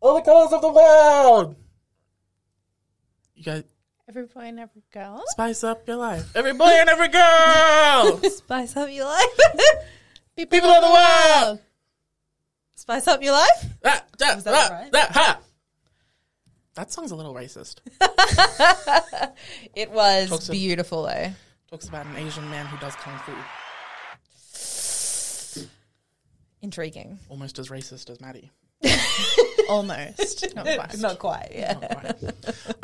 All the colors of the world. You guys Every boy and every girl. spice up your life. Every boy and every girl. Spice up your life. People, People of the world. Spice up your life. that, that, that that, right? that, ha. that song's a little racist. It was Talks to- beautiful eh? though. Talks about an Asian man who does kung fu. Intriguing. Almost as racist as Maddie. Almost. Not quite. Not quite, yeah.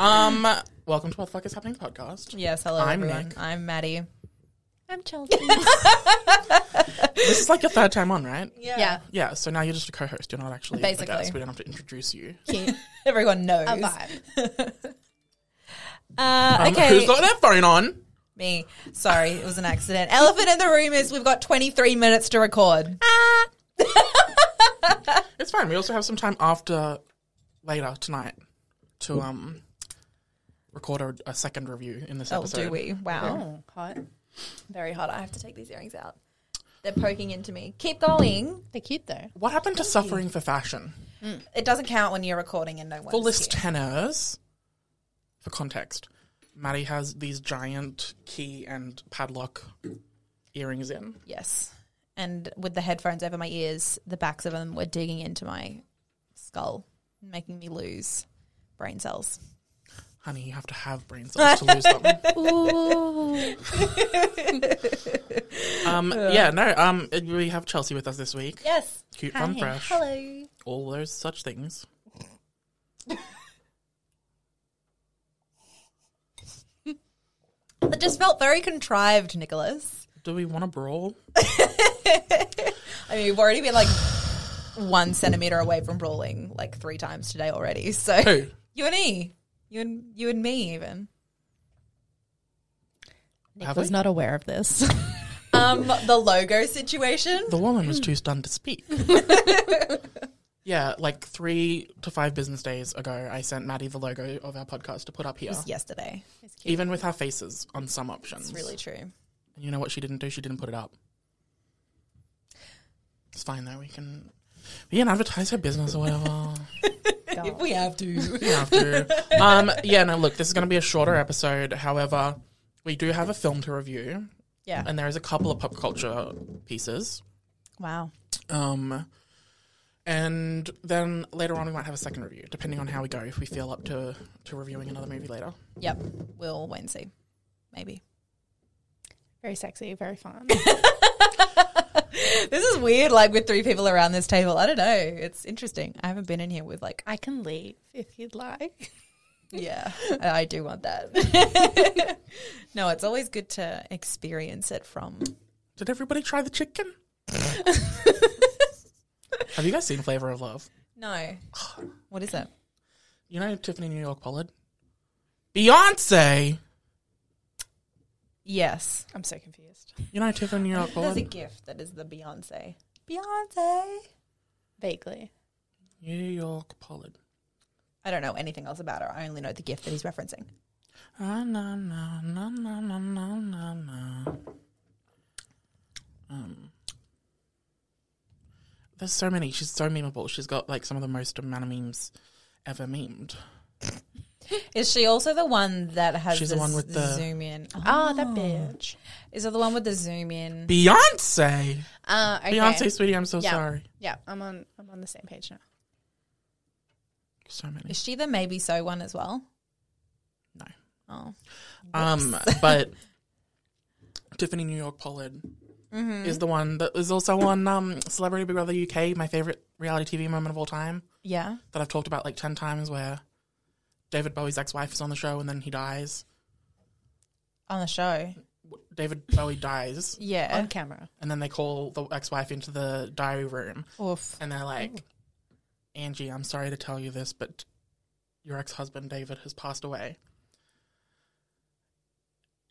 um, welcome to What the Fuck is Happening podcast. Yes, hello I'm everyone. Nick. I'm Maddie. I'm Chelsea. This is like your third time on, right? Yeah. Yeah, so now you're just a co-host. You're not actually Basically. a guest. We don't have to introduce you. Everyone knows. A vibe. Uh, Um, okay. Who's got their phone on? Me. Sorry, it was an accident. Elephant in the room is we've got 23 minutes to record. It's fine. We also have some time after later tonight to um record a, a second review in this Oh, episode. do we? Wow. Oh, hot. Very hot. I have to take these earrings out. They're poking into me. Keep going. They're cute though. What happened to suffering for fashion? It doesn't count when you're recording and no one's For list here. tenors, for context, Maddie has these giant key and padlock earrings in. Yes. And with the headphones over my ears, the backs of them were digging into my skull, making me lose brain cells. Honey, you have to have brain cells to lose them. Ooh. Um, yeah, no. Um, it- we have Chelsea with us this week. Yes. Cute, fun, fresh, Hello. all those such things. That just felt very contrived, Nicholas. Do we want to brawl? I mean, we've already been like one centimeter away from brawling like three times today already. So Who? you and me, you and you and me even. Have Nick we? was not aware of this. Um, the logo situation. The woman was too stunned to speak. yeah, like three to five business days ago, I sent Maddie the logo of our podcast to put up here, was yesterday. even with our faces on some options. It's really true. And you know what she didn't do? She didn't put it up. It's fine though. We can we can advertise her business or whatever. If we have to. we have to. Um, yeah, no. Look, this is going to be a shorter episode. However, we do have a film to review, yeah. and there is a couple of pop culture pieces. Wow. Um, and then later on, we might have a second review, depending on how we go. If we feel up to to reviewing another movie later, Yep. We'll wait and see. Maybe. Very sexy, very fun. This is weird, like with three people around this table. I don't know. It's interesting. I haven't been in here with like, I can leave if you'd like. yeah, I I do want that. no, it's always good to experience it from. did everybody try the chicken? have you guys seen Flavor of Love? No. What is it? You know Tiffany New York Pollard, Beyonce. Yes. I'm so confused. You know Tiffany New York There's a Pollard. gift that is the Beyonce. Beyonce. Vaguely. New York Pollard. I don't know anything else about her. I only know the gift that he's referencing. Ah, na, na, na, na, na, na, na, na. Um, there's so many. She's so memeable. She's got like some of the most amount of memes ever memed. Is she also the one that has She's the this one with the- Oh. zoom in? Ah, that bitch. Is it the one with the zoom in? Ah, Beyonce, Uh, okay. Beyonce, sweetie, I'm so Yeah. sorry. Yeah, I'm on. I'm on the same page now. So many. Is she the maybe so one as well? No. Oh. Um, but Tiffany New York Pollard Mm-hmm. is the one that is also on um Celebrity Big Brother UK, my favorite reality TV moment of all time. Yeah. that I've talked about like 10 times where David Bowie's ex wife is on the show and then he dies. On the show. w- David Bowie dies, Yeah. on camera. and then they call the ex-wife into the diary room, Oof. and they're like, "Angie, I'm sorry to tell you this, but your ex-husband David has passed away."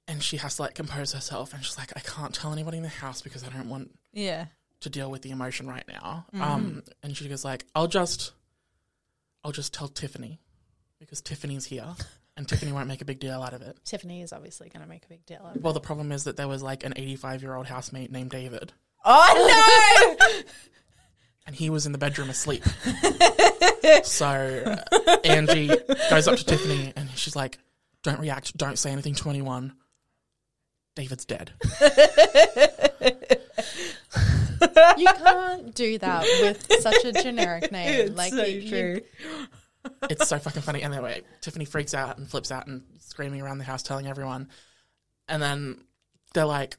And she has to like compose herself, and she's like, "I can't tell anybody in the house because I don't want Yeah. to deal with the emotion right now. Um, and she goes like, I'll just, I'll just tell Tiffany because Tiffany's here and Tiffany won't make a big deal out of it. Tiffany is obviously going to make a big deal. Out of it. Well, the problem is that there was like an 85 year old housemate named David Oh no! and he was in the bedroom asleep. so uh, Angie goes up to Tiffany and she's like, don't react. Don't say anything to anyone. David's dead. You can't do that with such a generic name. like so you, you- true. It's so fucking funny. And anyway, Tiffany freaks out and flips out and screaming around the house, telling everyone. And then they're like,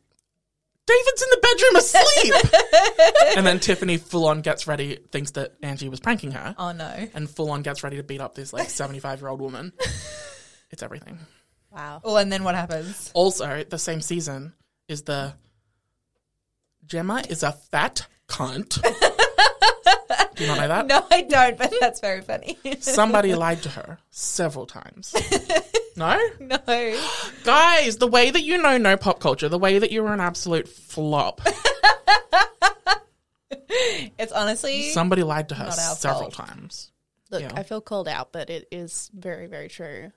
David's in the bedroom asleep. and then Tiffany full on gets ready, thinks that Angie was pranking her, oh no! and full on gets ready to beat up this like 75 year old woman. It's everything. wow. Oh, and then what happens? Also, the same season is the Gemma is a fat cunt. Do you not know that? No, I don't. But that's very funny. Somebody lied to her several times. No? no. Guys, the way that you know no pop culture, the way that you were an absolute flop. It's honestly Somebody lied to her Not our several fault. times. Look, Yeah. I feel called out, but it is very, very true.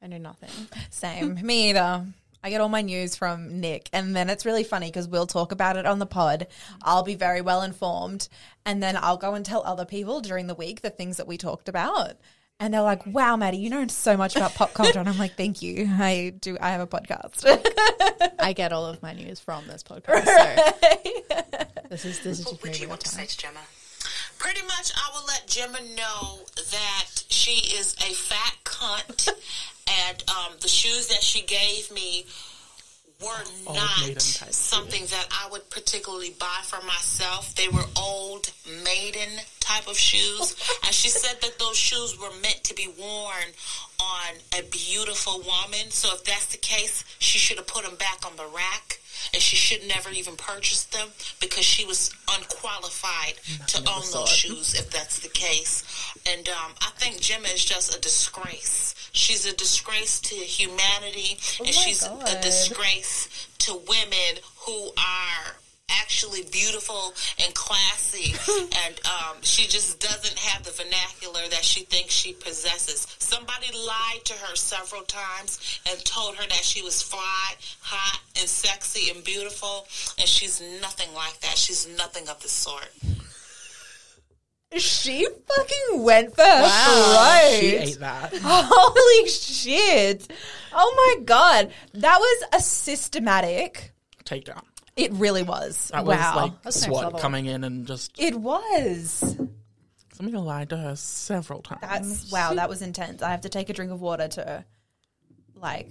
I know nothing. Same. Me either. I get all my news from Nick, and then it's really funny because we'll talk about it on the pod. I'll be very well informed, and then I'll go and tell other people during the week the things that we talked about. And they're like, wow, Maddie, you know so much about pop culture. And I'm like, thank you. I do. I have a podcast. I get all of my news from this podcast. So this is this is just What do maybe you the want to time. say to Gemma? Pretty much, I will let Gemma know that she is a fat cunt, and um, the shoes that she gave me were maiden not type. something that I would particularly buy for myself. They were old maiden type of shoes, and she said that those shoes were meant to be worn on a beautiful woman. So if that's the case, she should have put them back on the rack. And she should never even purchase them because she was unqualified to own those shoes if that's the case. And um, I think Gemma is just a disgrace. She's a disgrace to humanity, Oh and she's a disgrace to women who are actually beautiful and classy. and um, she just doesn't have the vernacular that she thinks she possesses. Somebody lied to her several times and told her that she was fly, hot, and sexy and beautiful, and she's nothing like that. She's nothing of the sort. she fucking went for wow. She ate that. Holy shit. Oh my God. That was a systematic. Takedown. It really was. That wow. was like That's next SWAT level. coming in and just it was. somebody lied to her several times. That's wow, that was intense. I have to take a drink of water to like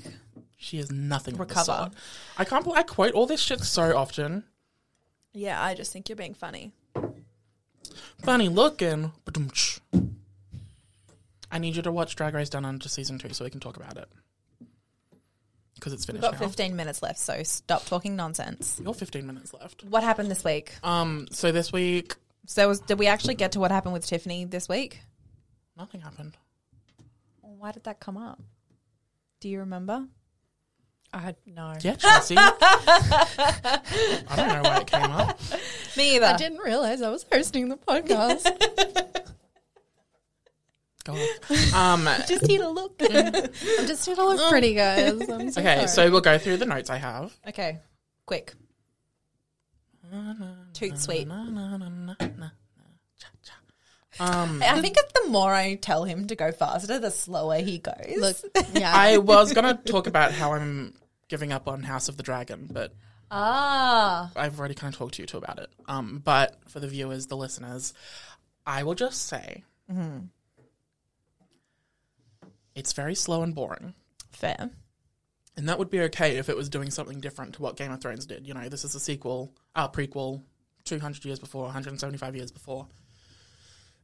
she is nothing. Recover. Recover. I can't. bel- I quote all this shit so often. Yeah, I just think you're being funny. Funny looking. Ba-dum-tsh. I need you to watch Drag Race Down Under season two so we can talk about it because it's We've finished got now. 15 minutes left, so stop talking nonsense. You're fifteen minutes left. What happened this week? Um. So this week, So was, did we actually get to what happened with Tiffany this week? nothing happened. Why did that come up? Do you remember? I no. Yeah, Chelsea. I don't know why it came up. Me either. I didn't realize I was hosting the podcast. Go on. Um, just need a look. I'm just here to look pretty, guys. I'm Oh. so okay, sorry. so we'll go through the notes I have. okay, quick. Toot sweet. Na, na, na, na, na. Um, I think that the more I tell him to go faster, the slower he goes. look, yeah, I was gonna talk about how I'm giving up on House of the Dragon, but Ah, I've already kind of talked to you two about it. Um, but for the viewers, the listeners, I will just say Mm-hmm. it's very slow and boring. fair. And that would be okay if it was doing something different to what Game of Thrones did. You know, this is a sequel, uh, prequel, 200 years before, 175 years before.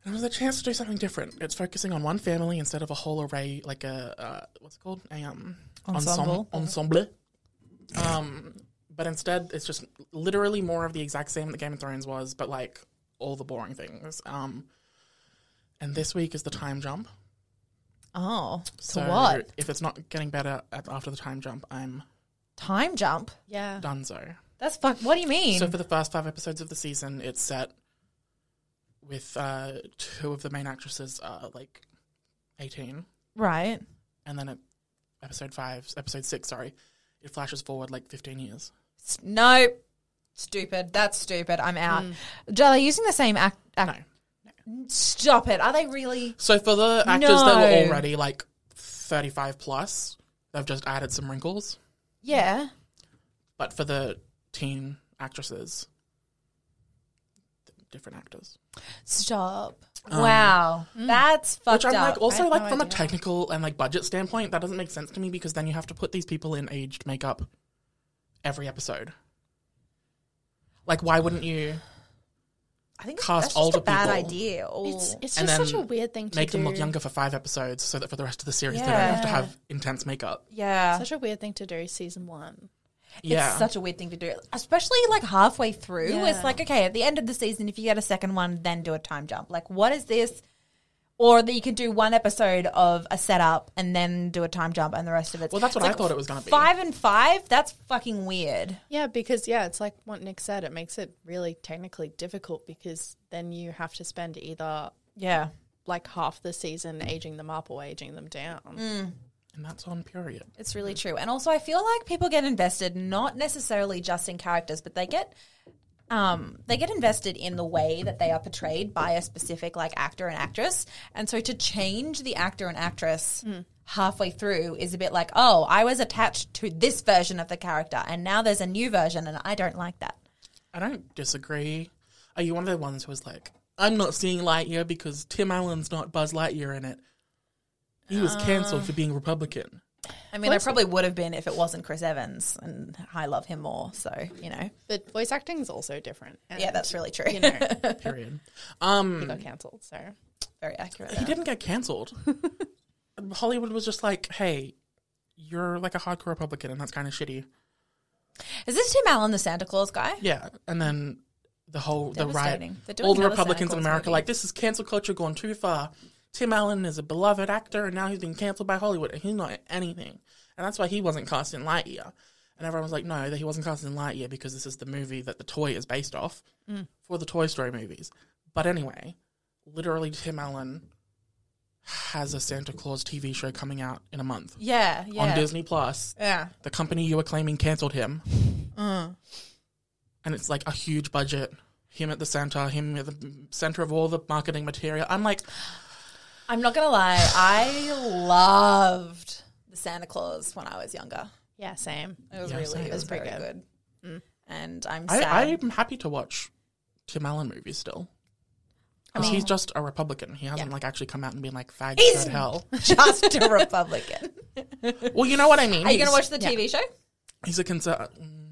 And it was a chance to do something different. It's focusing on one family instead of a whole array, like a, uh, what's it called? A, um, ensemble. Ensemble. Um, but instead, it's just literally more of the exact same that Game of Thrones was, but like all the boring things. Um, and this week is the time jump. Oh, so what? If it's not getting better at, after the time jump, I'm Time jump. Yeah. donezo. That's fuck. What do you mean? So for the first five episodes of the season, it's set with uh, two of the main actresses are like eighteen, right. and then it, episode five, episode six, sorry, it flashes forward like fifteen years. S- Nope. Stupid. That's stupid. I'm out. Are they using the same act? Hmm. No. act- Stop it. Are they really? So for the actors that No. were already like thirty-five plus, they've just added some wrinkles. Yeah. But for the teen actresses, different actors. Stop. wow. That's fucked Um, hmm. Which I'm up. like, also had like no from a idea. technical and like budget standpoint, that doesn't make sense to me because then you have to put these people in aged makeup every episode. Like, why wouldn't you I think it's- cast that's older just a bad people. idea. Or It's it's And just such a then weird thing to make do. them look younger for five episodes so that for the rest of the series they don't have to Yeah. have intense makeup? yeah. Such a weird thing to do. Season one. yeah, It's such a weird thing to do, especially like halfway through. It's Yeah. like, okay, at the end of the season, if you get a second one, then do a time jump. Like, what is this? Or that you could do one episode of a setup and then do a time jump and the rest of it. Well, that's what I thought it was gonna be. Five and five? That's fucking weird. Yeah, because yeah, it's like what Nick said. It makes it really technically difficult because then you have to spend either Yeah. like half the season aging them up or aging them down. and that's on period. It's really true. And also I feel like people get invested not necessarily just in characters, but they get um, they get invested in the way that they are portrayed by a specific like actor and actress. And so to change the actor and actress halfway through is a bit like, oh, I was attached to this version of the character and now there's a new version and I don't like that. I don't disagree. Are you one of the ones who was like, I'm not seeing Lightyear because Tim Allen's not Buzz Lightyear in it? He was Uh. cancelled for being Republican. I mean, I probably would have been if it wasn't Chris Evans and I love him more, so, you know. But voice acting is also different. And, Yeah, that's really true. you know Period. he Um, got cancelled. So Very accurate. he didn't get cancelled. Hollywood was just like, hey, you're like a hardcore Republican, and that's kind of shitty. Is this Tim Allen the Santa Claus guy? Yeah, and then the whole the riot, Devastating. They're doing all the another Republicans in Santa Claus America, movie. like this is cancel culture gone too far. Tim Allen is a beloved actor, and now he's been canceled by Hollywood, and he's not in anything, and that's why he wasn't cast in Lightyear. And everyone was like, no, that he wasn't cast in Lightyear because this is the movie that the toy is based off Mm. for the Toy Story movies. But anyway, literally, Tim Allen has a Santa Claus TV show coming out in a month Yeah, yeah. on Disney Plus Yeah. the company you were claiming canceled him. And it's like a huge budget. Him at the center, him at the center of all the marketing material. I'm like, I'm not gonna lie, I loved the Santa Claus when I was younger. yeah, same. It was Yeah, really, same. it was very good. Mm. And I'm I, sad. I'm happy to watch Tim Allen movies still. Because he's just a Republican. He hasn't like actually come out and been like fag He's- to hell. just a Republican. Well, you know what I mean. Are you gonna He's- watch the TV show? He's a concern.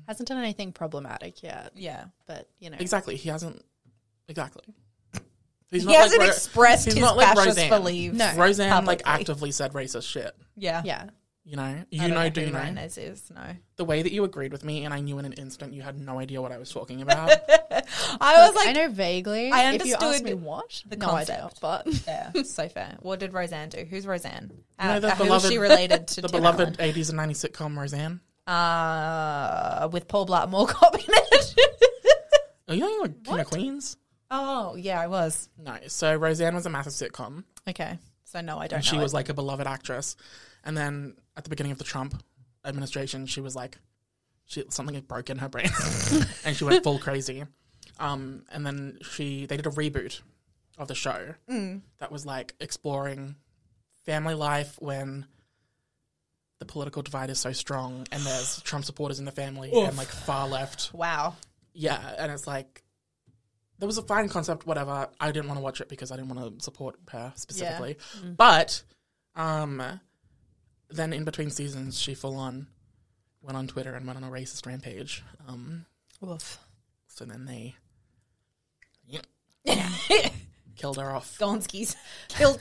Hasn't done anything problematic yet. Yeah. But you know, Exactly. He hasn't. Exactly. He's He hasn't Ro- expressed he's his not like fascist Roseanne. beliefs Roseanne like publicly. actively said racist shit. Yeah. yeah, You know. You know. Do you know? Rhinos is no. the way that you agreed with me and I knew in an instant you had no idea what I was talking about. I was like, I know vaguely. I if you ask understood me what, the no idea. concept. But yeah, Oh so fair. What did Roseanne do? Who's Roseanne? You know, Uh, the who is beloved- she related to? the Tim beloved 80s and 90s sitcom Roseanne. Allen? uh, with Paul Blart Mall Cop in it. Are Oh, you on King of Queens? oh yeah, I was. No. So Roseanne was a massive sitcom Okay, so no, I don't. and she know was it. like a beloved actress. And then at the beginning of the Trump administration, she was like, she, something had broken her brain and she went full crazy. Um, and then she they did a reboot of the show Mm. that was like exploring family life when the political divide is so strong and there's Trump supporters in the family and like far left wow. yeah, and it's like there was a fine concept, whatever. I didn't want to watch it because I didn't want to support her specifically. Mm. But um, then in between seasons, she full on went on Twitter and went on a racist rampage. Um, so then they yeah, killed her off. Gonskis killed.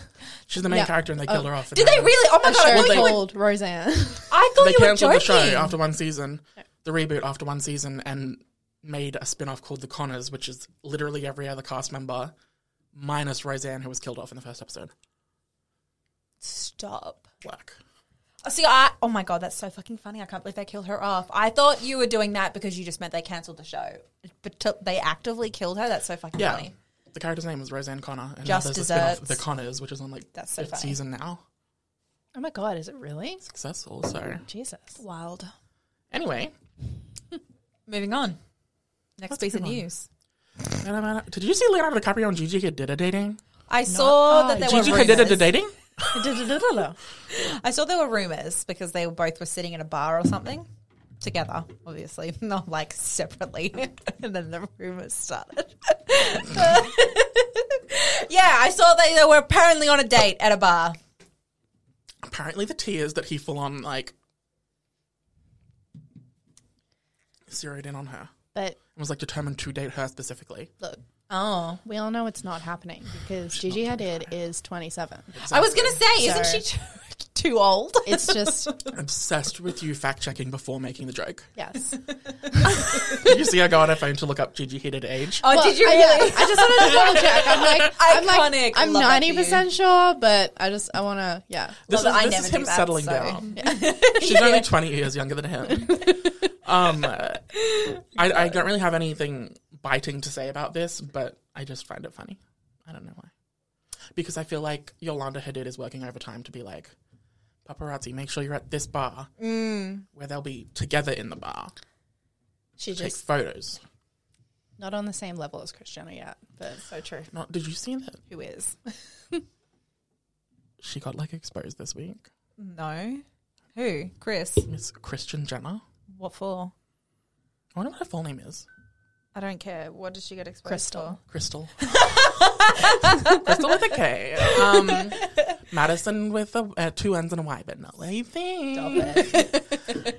She's the main character, and they killed her off. and Did now they really? Oh my a god! show I thought, you were, called Roseanne. I thought They you were cancelled joking. the show after one season. the reboot after one season and made a spin off called The Connors, which is literally every other cast member minus Roseanne, who was killed off in the first episode. Stop. Whack. Oh, See, I oh my god, that's so fucking funny. I can't believe they killed her off. I thought you were doing that because you just meant they cancelled the show, but t- they actively killed her. That's so fucking Yeah. funny. The character's name was Roseanne Connor. And Just now there's a spin-off, desserts. The Connors, which is on like That's so fifth funny. season now. Oh my god, is it really? Successful, so. Jesus. Wild. Anyway. Moving on. Next That's a piece good of one. news. Did you see Leonardo DiCaprio and Gigi Hadid are dating? I saw oh, that there Gigi were Hadid are rumors. dating? I saw there were rumors because they were both were sitting in a bar or something together, obviously, not like separately. and then the rumors started. yeah, I saw that they were apparently on a date at a bar. Apparently the tea is that he full on like zeroed in on her and But was like determined to date her specifically. look, Oh, we all know it's not happening because Gigi Hadid is 27. I was gonna say, isn't So- she too, too old? It's just, Obsessed with you fact checking before making the joke. yes. Did you see I go on her phone to look up Gigi Hadid age? Oh, did you I- really? yeah, I just wanted to double check. I'm like, I'm Iconic. like, I'm Love that for 90% you. sure, but I just, I want to, yeah. This Well, is, I this never is do him that, settling so- down. She's only 20 years younger than him. um, uh, I, I don't really have anything biting to say about this, but I just find it funny. I don't know why. Because I feel like Yolanda Hadid is working overtime to be like, paparazzi, make sure you're at this bar Mm. where they'll be together in the bar. She Take just, photos. not on the same level as Christiana yet, but so true. Not, did you see that? Who is? She got like exposed this week. No. Who? Chris. Miss Christian Jenner. What for? I wonder what her full name is. I don't care. What does she get exposed Crystal. Crystal. Crystal with a K. Um, Madison with a, uh, two N's and a Y, but not anything.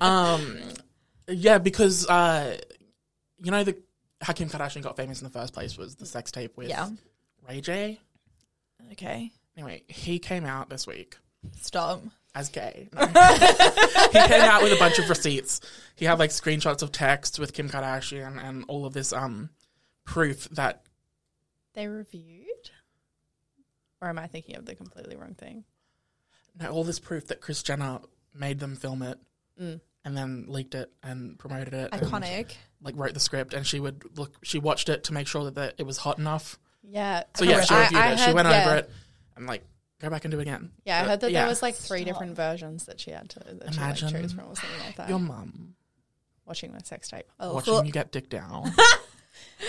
um, yeah, because uh, you know the how Kim Kardashian got famous in the first place was the sex tape with Yeah. Ray J. for? Okay. Anyway, he came out this week Stop. as gay. No. he came out with a bunch of receipts. He had like screenshots of texts with Kim Kardashian and all of this um proof that They reviewed? Or am I thinking of the completely wrong thing? No, all this proof that Chris Jenner made them film it Mm. and then leaked it and promoted it. and, Iconic. like wrote the script and she would look she watched it to make sure that, that it was hot enough. Yeah. So yeah, she I- reviewed I it. she heard- went yeah. over it and like go back and do it again. Yeah, I But, heard that yeah. there was like three different versions that she had to that she Imagine like chose from or something like that. your mum watching my sex tape. Oh, watching cool. you get dick down.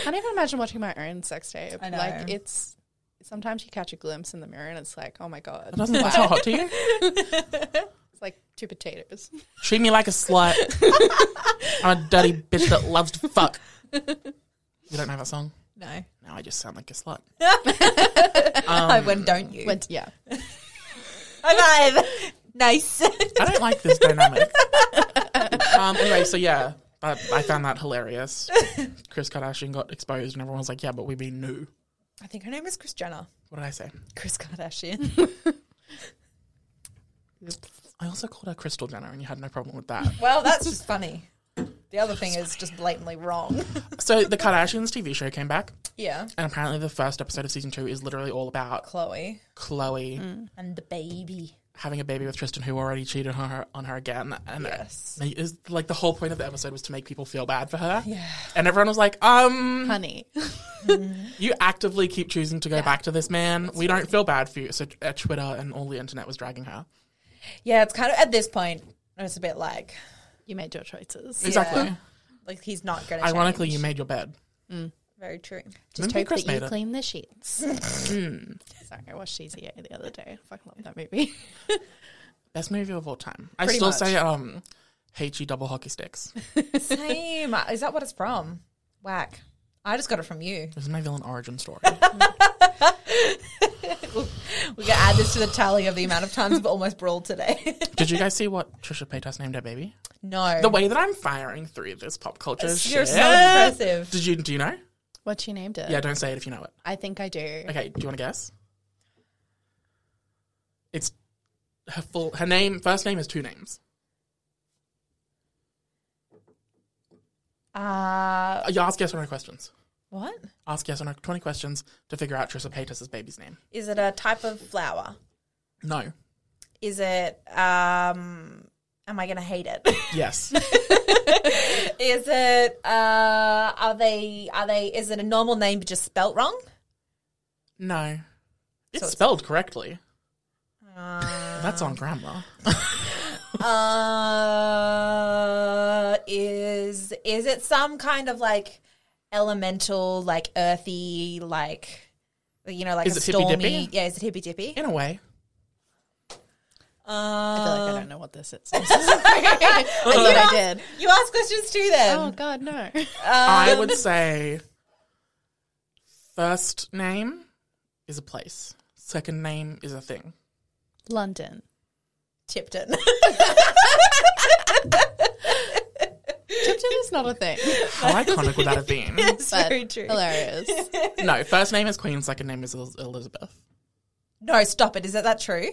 can't even imagine watching my own sex tape. I know. Like it's sometimes you catch a glimpse in the mirror and it's like, oh my god, Doesn't that sound hot to you? it's like two potatoes. Treat me like a slut. I'm a dirty bitch that loves to fuck. You don't know that song? No. Now I just sound like a slut. I when don't you? But yeah, Alive. nice. I don't like this dynamic. um, anyway, so yeah, I, I found that hilarious. Chris Kardashian got exposed, and everyone was like, "Yeah, but we be new." I think her name is Chris Jenner. What did I say? Chris Kardashian. I also called her Crystal Jenner, and you had no problem with that. well, that's just funny. The other thing is just blatantly wrong. so the Kardashians TV show came back, yeah. and apparently the first episode of season two is literally all about Chloe. Chloe And the baby. having a baby with Tristan, who already cheated on her on her again. And yes. is like the whole point of the episode was to make people feel bad for her. Yeah, and everyone was like, "Um, honey, You actively keep choosing to go back to this man. we don't feel bad for you. So uh, Twitter and all the internet was dragging her. Yeah, it's kind of at this point, it's a bit like you made your choices. Exactly. like he's not going to. Ironically, you made your bed. very true. Just Maybe hope Chris that you made it. clean the sheets. Hmm. Sorry, I watched EZA the other day. I fucking love that movie. Best movie of all time. I still say um, H E double hockey sticks. Same. Uh, Is that what it's from? Whack. I just got it from you. This is my villain origin story. We can add this to the tally of the amount of times we've almost brawled today. Did you guys see what Trisha Paytas named her baby? no. The way that I'm firing through this pop culture You're shit. so impressive. Did you do you know? What she named it? Yeah, don't say it if you know it. I think I do. Okay, do you want to guess? It's her full her name first name is two names. Uh, You ask yes or no questions. what? Ask yes or no 20 questions to figure out Tricipatus's baby's name. Is it a type of flower? No. Is it, um, am I going to hate it? Yes. is it, uh, are they, are they, is it a normal name but just spelt wrong? no. It's it's- spelled correctly. That's on grammar. Uh, is is it some kind of like elemental, like earthy, like you know, like Is a it stormy? hippy-dippy? Yeah, is it hippy dippy? In a way. I feel like I Uh, don't know what this is. Oh, I thought I did. you ask questions too, then. Oh God, no. I would say first name is a place, second name is a thing. London, Tipton. Tipton is not a thing, How iconic would that have been? It's but very true. hilarious. No, first name is Queen, second name is El- Elizabeth. No, stop it. Is that that true?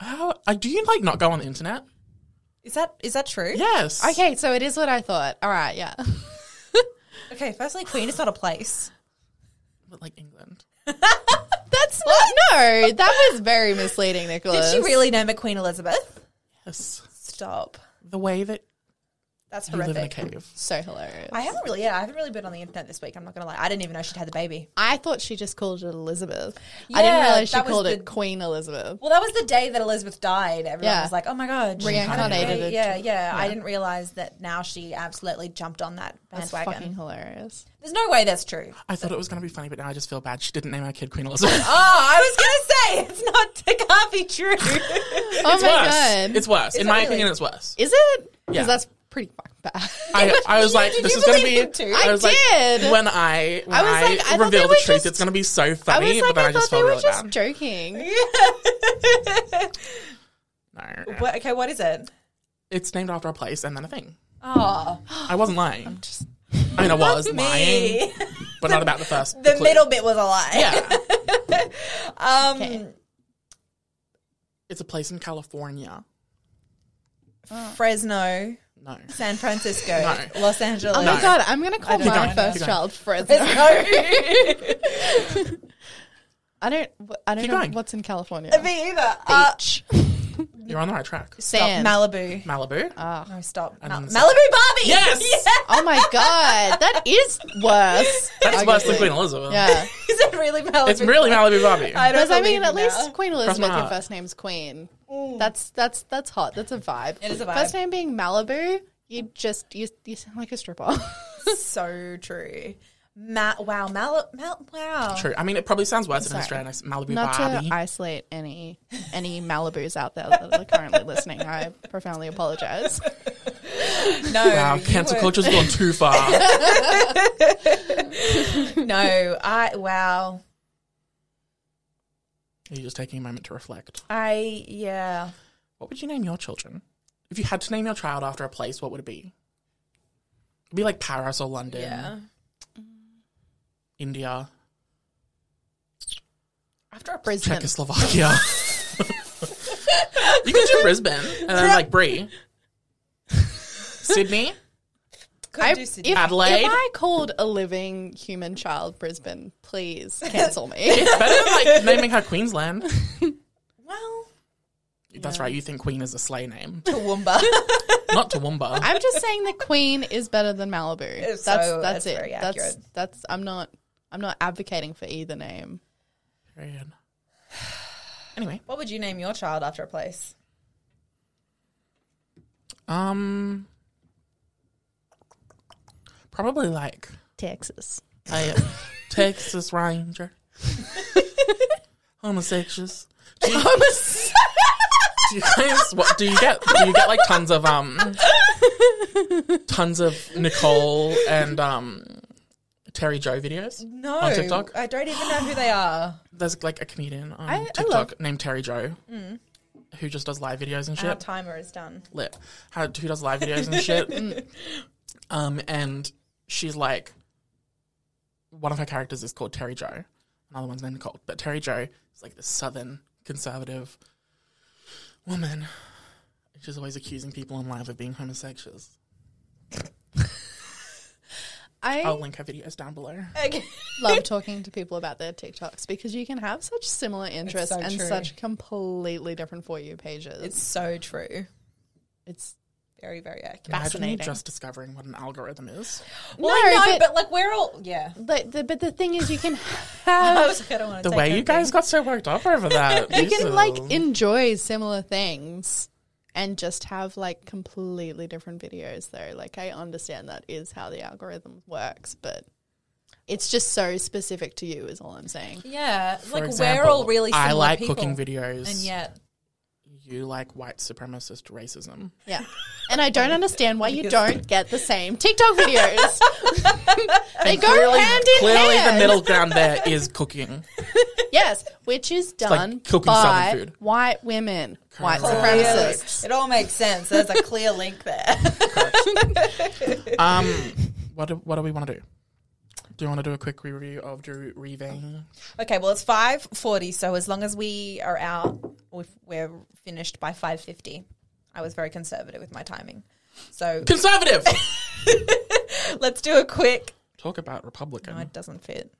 How, uh, do you like not go on the internet? Is that is that true? Yes. Okay, so it is what I thought. All right, yeah. Okay. Firstly, Queen is not a place. But like England. That's not no. That was very misleading, Nicholas. Did she really name it Queen Elizabeth? Yes. Stop. The way that That's you live in a horrific. cave. So hilarious. I haven't really, yeah, I haven't really been on the internet this week. I'm not gonna lie. I didn't even know she'd had the baby. I thought she just called it Elizabeth. I didn't Yeah, realize she that was called the- it Queen Elizabeth. Well, that was the day that Elizabeth died. Everyone Yeah. was like, "Oh my god, she Reincarnated died." it. Yeah, yeah, I didn't realize that. Now she absolutely jumped on that That's bandwagon. fucking hilarious. There's no way that's true. I thought it was going to be funny, but now I just feel bad. She didn't name her kid Queen Elizabeth. Oh, I was gonna say it's not. It can't be true. oh it's my worse. god, It's worse. In it my really? opinion, it's worse. is it? Because Yeah. that's pretty fucking bad. I, I was like, did this you is going to believe him be. too? I was I like, did. when I when I was I, like, I thought they reveal were the truth, just- it's going to be so I funny. was like, but then I, I, thought just they felt were really just bad. joking. No, what, okay, what is it? it's named after a place and then a thing. Oh, I wasn't lying. I mean, I was me. lying, but not about the first. the clue. middle bit was a lie. Yeah, Um, it's a place in California. Fresno, No, San Francisco, No. Los Angeles. Oh my god, I'm gonna call don't my know. first Keep going. child Fresno. I don't. I don't Keep know going. what's in California. Me either. Uh, you're on the right track. stop. Sand. Malibu. Malibu. No, stop. Mal- Malibu didn't Barbie. say- Yes! oh my god, that is worse. That's worse than arguably. Queen Elizabeth. Yeah, Is it really Malibu? it's really Malibu Barbie. I don't because I believe mean, you at now. least Queen Elizabeth, your heart. first name's Queen. That's that's that's hot. That's a vibe. It is a vibe. First name being Malibu, you just you, you sound like a stripper. so true. Ma- wow, Mal- Mal- wow. True. I mean, it probably sounds worse in Australia. Malibu Not Barbie. to isolate any any Malibus out there that are currently listening. I profoundly apologize. No, wow, you cancel were- culture's gone too far. No, I wow. Are you just taking a moment to reflect? I yeah. What would you name your children? If you had to name your child after a place, what would it be? It'd be like Paris or London. Yeah. India. After a Brisbane. Czechoslovakia. you could do Brisbane and then like Brie. Sydney. could I- do if, Sydney. Adelaide. If I called a living human child Brisbane, please cancel me. It's better than like naming her Queensland. well, That's right, you think Queen is a sleigh name. Toowoomba. Not Toowoomba. I'm just saying the Queen is better than Malibu. It's that's so- that's that's it. very that's accurate. that's I'm not I'm not advocating for either name. Period. Anyway. what would you name your child after a place? Um probably like Texas. I Texas Ranger. Homosexuals. Do you, do you guys what do you get do you get like tons of um tons of Nicole and um Terry Joe videos? No, On TikTok? I don't even know who they are. There's like a comedian on I TikTok love- Mm. named Terry Joe who just does live videos and Our shit. timer is done. Lit. How who does live videos and shit. um and she's like one of her characters is called Terry Joe. Another one's named Nicole. But Terry Joe is like this southern conservative woman. She's always accusing people on live of being homosexuals. I Oh. I'll link her videos down below. love talking to people about their TikToks because you can have such similar interests so and true. such completely different for you pages. It's It's, so true. it's Very, very accurate. Imagine you just discovering what an algorithm is. No, No, no, but, but- like we're all yeah. but the, but the thing is, you can I have was like, I don't want to The way you guys got so worked up over that. you can like Jesus. enjoy similar things and just have like completely different videos though like i understand that is how the algorithm works but it's just so specific to you is all i'm saying Yeah, For like example, we're all really. Similar I like people. cooking videos, and yet you like white supremacist racism. yeah and i don't understand why you don't get the same tiktok videos they go hand in Clearly, hand the middle ground there is cooking. yes which is done cooking by southern food. white women white Yes, supremacists it all makes sense. There's a clear link there. Um, what do, what do we want to do? Do you want to do a quick review of Drew Revane? okay, well it's five forty, so as long as we are out, if we're finished by five fifty. I was very conservative with my timing, so Conservative. let's do a quick. Talk about Republican. No, it doesn't fit.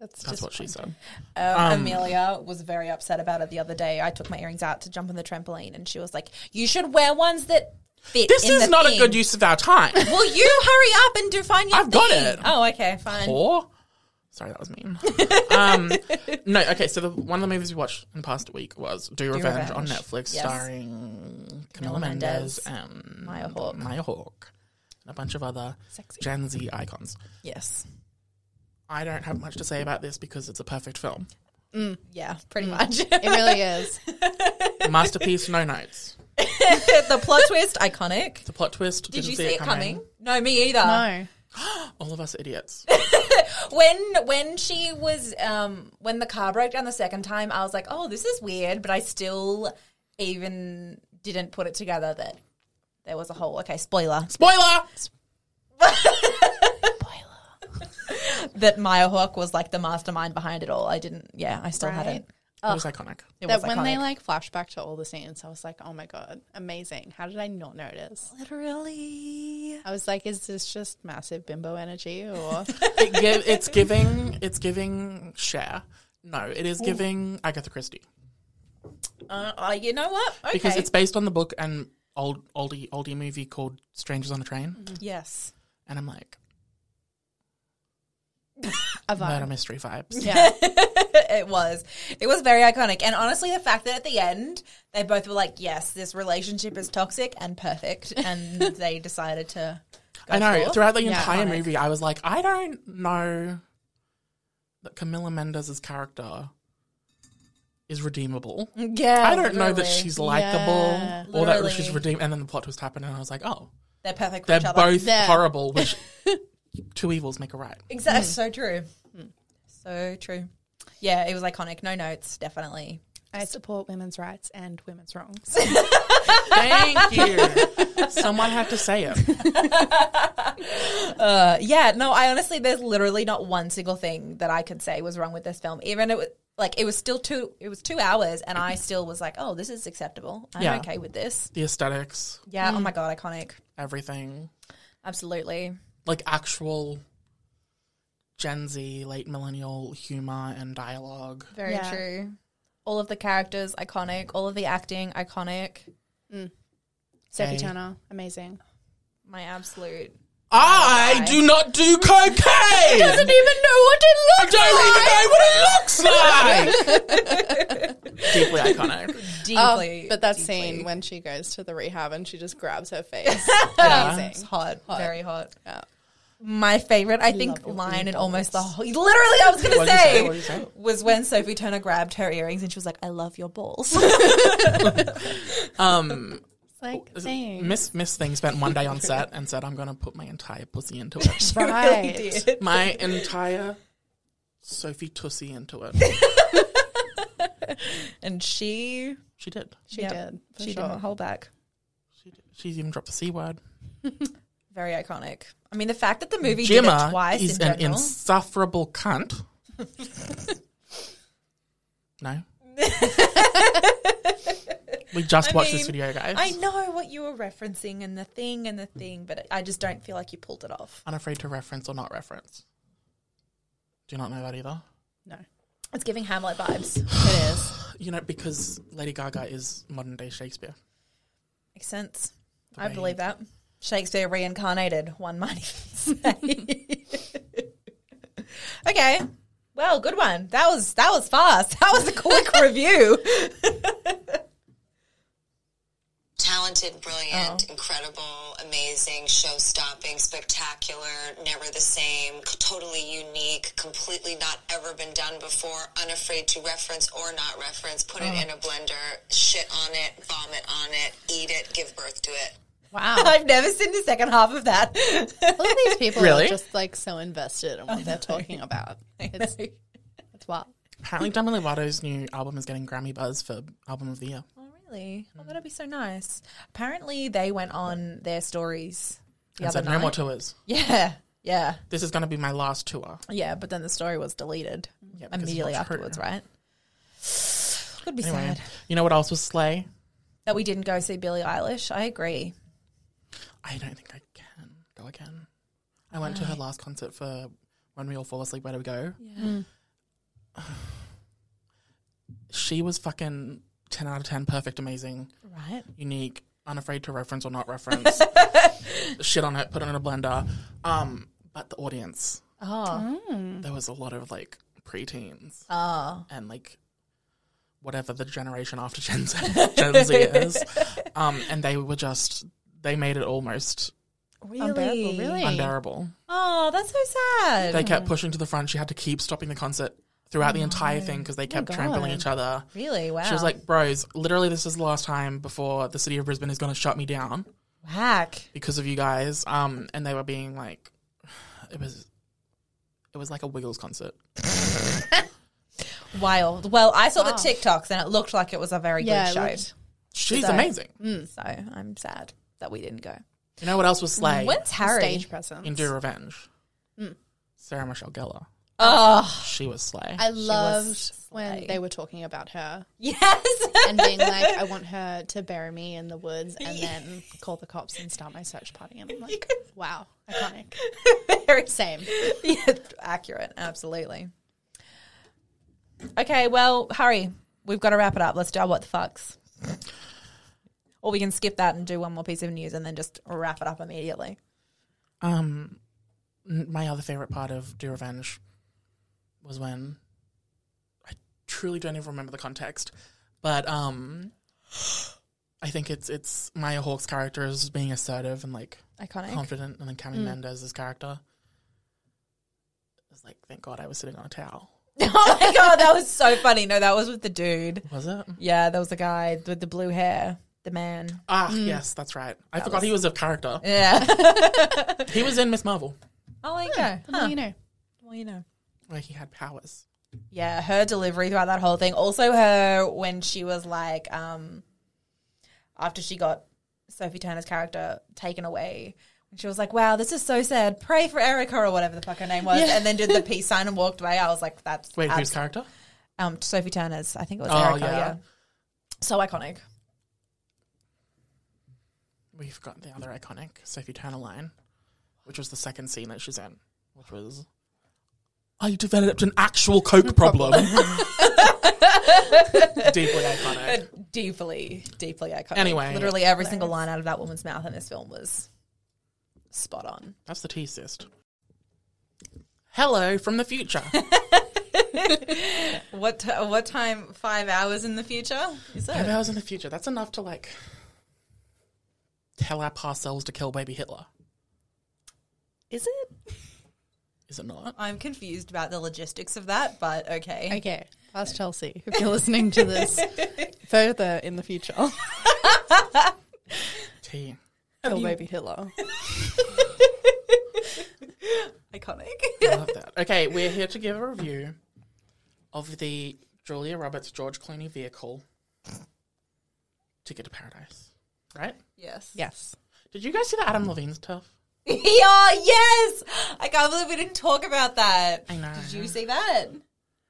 that's, That's what she said. Um, Amelia was very upset about it the other day. I took my earrings out to jump on the trampoline, and she was like, "You should wear ones that fit." This in is the not a thing." good use of our time. Well, you hurry up and do find your. I've got thing. it. Oh, okay, fine. Or, sorry, that was mean. um, no, okay. So the, one of the movies we watched in the past week was Do, Revenge, on Revenge. Netflix, Yes. starring Camila Mendes Mendes and Maya Hawke. Maya Hawke, and a bunch of other Gen Z icons. Yes. I don't have much to say about this because it's a perfect film, Yeah, Mm. pretty much. it really is masterpiece, no notes. the plot twist, iconic. The plot twist. Did didn't you see it coming? No, me Uh, either. no All of us are idiots. When when she was um when the car broke down the second time, I was like, oh, this is weird, but I still even didn't put it together that there was a whole okay spoiler Spoiler. that Maya Hawke was like the mastermind behind it all. I didn't. Yeah, I still Right. hadn't. It was iconic. It that was when they iconic. like flashback to all the scenes, I was like, oh my god, amazing! How did I not notice? literally. I was like, is this just massive bimbo energy or It give, it's giving. It's giving share. No, it is giving Agatha Christie. Uh, uh, you know what? Okay. because it's based on the book and old oldie oldie movie called Strangers on a Train, Mm-hmm. yes. and I'm like a murder vibe? mystery vibes. Yeah, It was. It was very iconic. And honestly, the fact that at the end they both were like, yes, this relationship is toxic and perfect. And they decided to. go I know. forth. Throughout the Yeah, entire iconic. movie, I was like, I don't know that Camilla Mendes's character is redeemable. Yeah. I don't know that literally. she's likable Yeah. or that Literally. she's redeemed. And then the plot twist happened, and I was like, oh, They're perfect for they're each other. both Yeah. horrible. Which two evils make a right. Exactly. So true. Mm. So true. Yeah, it was iconic. No notes, definitely. I support women's rights and women's wrongs. Thank you. Someone had to say it. Uh, yeah, no, I honestly, there's literally not one single thing that I could say was wrong with this film. Even it was like it was still two, it was two hours, and I still was like, oh, this is acceptable. I'm Yeah. okay with this. The aesthetics, Yeah. Oh my god, iconic. everything. Absolutely. like actual Gen Z, late millennial humor and dialogue. Very Yeah. true. All of the characters, iconic. All of the acting, iconic. Sophie Hey. Turner, amazing. My absolute. I do not do cocaine. Didn't even know what it I looked don't even know what it Oh. looks like. Deeply iconic. deeply. Oh, but that scene when she goes to the rehab and she just grabs her face, amazing. it's hot, very hot. Yeah. My favorite, I think, line in almost the whole. Literally, I was gonna What'd you say? say, What'd you say? was when Sophie Turner grabbed her earrings and she was like, "I love your balls." Um, It's like thing. Miss Miss Thing spent one day on set and said, "I'm gonna put my entire pussy into it. Right. my entire Sophie Tussie into it." and she, She did. She Yep. did. for she sure. didn't hold back. She did. She's even dropped the c word. Very iconic. I mean, the fact that the movie did it Gemma twice is in an general. insufferable cunt. no. We just I watched this mean, video, guys. I know what you were referencing and the thing and the thing, but I just don't feel like you pulled it off. Unafraid to reference or not reference. Do you not know that either? No. It's giving Hamlet vibes. It is. You know, because Lady Gaga is modern day Shakespeare. Makes sense. The I way- believe that. Shakespeare reincarnated, one might even say. okay. Well, good one. That was that was fast. That was a quick review. Talented, brilliant, incredible, amazing, show stopping, spectacular, never the same, c- totally unique, completely not ever been done before, unafraid to reference or not reference, put it in a blender, shit on it, vomit on it, eat it, give birth to it. Oh. Wow. I've never seen the second half of that. All of these people Really? are just like so invested in what they're talking about. It's, it's wild. Apparently, Demi Lovato's new album is getting Grammy buzz for album of the year. Oh, really? Oh, that'd be so nice. Apparently, they went on their stories the and other said night. no more tours. yeah, yeah, This is going to be my last tour. yeah. But then the story was deleted Yeah, because immediately it's not true. afterwards, right? Could be Anyway, sad you know what else was Slay? that we didn't go see Billie Eilish. I agree. I don't think I can go again. I went to her last concert for When We All Fall Asleep, Where Do We Go? She was fucking 10 out of 10, perfect, amazing, Right. unique, unafraid to reference or not reference. Shit on it, put it in a blender. Um, but the audience, Mm-hmm. Oh, there was a lot of like preteens oh, and like whatever the generation after Gen Z, Gen Z is. Um, and they were just, they made it almost really? Unbearable, really? unbearable. Oh, that's so sad. They Oh kept pushing to the front. She had to keep stopping the concert throughout the entire thing because they kept trampling God. each other. really? Wow. She was like, bros, literally, this is the last time before the city of Brisbane is going to shut me down whack. because of you guys. Um, and they were being like, it was, it was like a Wiggles concert. Wild. Well, I saw the TikToks and it looked like it was a very Yeah, good it mm. show. looked- She's So- amazing. So I'm sad that we didn't go. You know what else was Slay? When's Harry? Stage presence. Into Revenge. Sarah Michelle Gellar. Oh, She was Slay. I was loved when slay. they were talking about her yes. and being like, I want her to bury me in the woods and then call the cops and start my search party. And I'm like, wow, iconic. Very Same. yeah, accurate. Absolutely. Okay, well, hurry. We've got to wrap it up. Let's do our what the fucks. Or we can skip that and do one more piece of news and then just wrap it up immediately. Um, n- my other favorite part of Do Revenge was when I truly don't even remember the context, but um, I think it's it's Maya Hawke's character is being assertive and like Iconic. confident, and then Cameron Mendez's character is like, "Thank God I was sitting on a towel." oh my god, that was so funny. No, that was with the dude. Was it? Yeah, there was a guy with the blue hair, the man. Ah, yes, that's right. I forgot he was a character. Yeah. He was in Miss Marvel oh, there you go. The more you know. Well, you know. where he had powers. Yeah, her delivery throughout that whole thing. Also, her when she was like, um, after she got Sophie Turner's character taken away, and she was like, "Wow, this is so sad. Pray for Erica or whatever the fuck her name was," and then did the peace sign and walked away. I was like, "That's Wait, whose abs- character? um Sophie Turner's? I think it was Oh, Erica. yeah. Yeah. so iconic. we forgot the other iconic Sophie Turner line, which was the second scene that she's in, which was, I developed an actual coke problem. Deeply iconic. Deeply, deeply iconic. Anyway. literally every single line out of that woman's mouth in this film was spot on. That's the T cyst. Hello from the future. What t- what time? Five hours in the future? Is Five it? hours in the future. That's enough to like tell our past selves to kill baby Hitler. Is it? Is it not? I'm confused about the logistics of that, but okay. Okay, past Chelsea, if you're listening to this further in the future, T. kill baby Hitler. Iconic. I love that. Okay, we're here to give a review of the Julia Roberts George Clooney vehicle Ticket to Paradise. Right? yes. Yes. Did you guys see the Adam Levine stuff? yeah, yes. I can't believe we didn't talk about that. I know. Did you see that?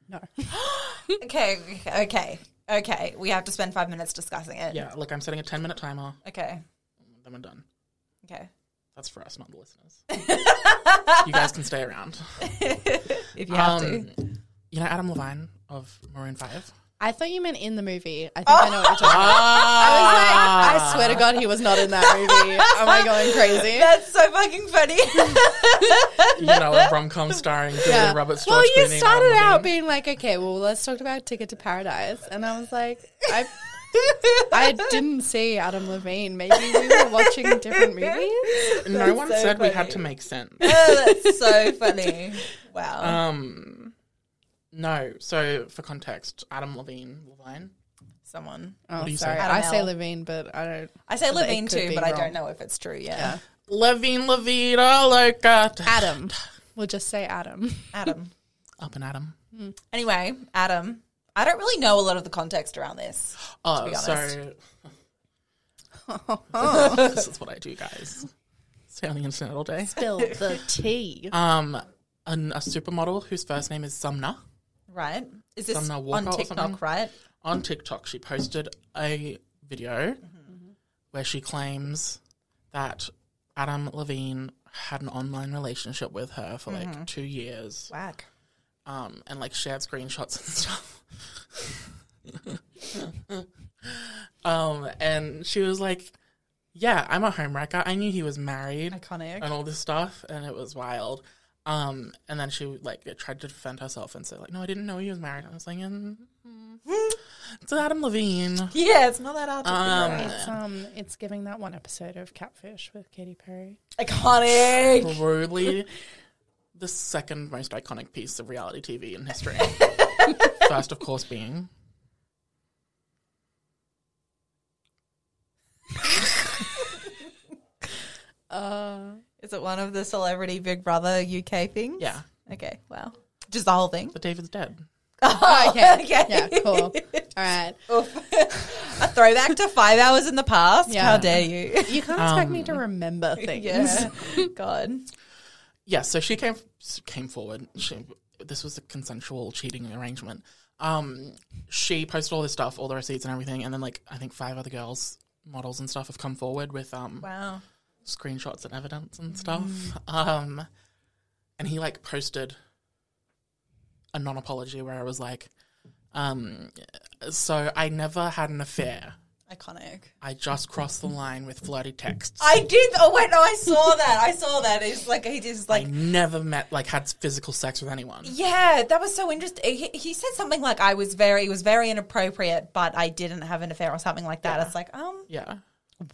No. Okay, okay. Okay, we have to spend five minutes discussing it. Yeah, look, I'm setting a 10 minute timer, Okay. then we're done. Okay. That's for us, not the listeners. you guys can stay around. If you Um, have to. You know Adam Levine of Maroon 5? I thought you meant in the movie. I think I know what you're talking about. Ah! Ah, I was like, I swear to God, he was not in that movie. Am I going crazy? That's so fucking funny. you know, a rom com starring Julia Roberts, George well, Clooney, you and started Adam out Levine. being like, okay, well, let's talk about Ticket to Paradise, and I was like, I, I didn't see Adam Levine. Maybe we were watching different movies. No one said we had to make sense. That's so funny. Wow. Um, no. So for context, Adam Levine, Levine. Someone. Oh, do you sorry, say? I Adam say L. Levine, but I don't. I say Levine it could too, be but I wrong. don't know if it's true. Yeah. Levine, Levine, all I got. Adam. We'll just say Adam. Adam. Up and Adam. Anyway, Adam. I don't really know a lot of the context around this. Oh, be honest. so this is what I do, guys. Stay on the internet all day. Bill the T. Um, an, a supermodel whose first name is Sumner. Right? Is this Sumner on Walker or something? TikTok, right? on TikTok, she posted a video Mm-hmm. where she claims that Adam Levine had an online relationship with her for Mm-hmm. like two years, Whack. um, and like shared screenshots and stuff. um, and she was like, "Yeah, I'm a homewrecker. I knew he was married, Iconic. and all this stuff, and it was wild." Um, and then she like tried to defend herself and say like, "No, I didn't know he was married." I was like, mm, mm, "It's Adam Levine." Yeah, it's not that hard to figure out. Um, Um, it's giving that one episode of Catfish with Katy Perry. Um, Iconic. probably the second most iconic piece of reality TV in history. First, of course, being. Is it one of the celebrity Big Brother UK things? Yeah. Okay. Wow. Just the whole thing. But David's dead. Oh, okay. okay. Yeah, cool. All right. A throwback to five hours in the past. Yeah. How dare you? You can't expect me to remember things. Yeah. God. Yeah, so she came came forward. She, this was a consensual cheating arrangement. Um, she posted all this stuff, all the receipts and everything, and then like I think five other girls, models and stuff, have come forward with um Wow. Mm. screenshots and evidence and stuff. Um, and he like posted a non apology where I was like, um, so I never had an affair. Iconic. I just crossed the line with flirty texts. I did. Oh wait, no, I saw that. I saw that. It's like he just I like. never met like had physical sex with anyone. Yeah, that was so interesting. He, he said something like, "I was very, it was very inappropriate, but I didn't have an affair or something like that." It's like, um, Yeah.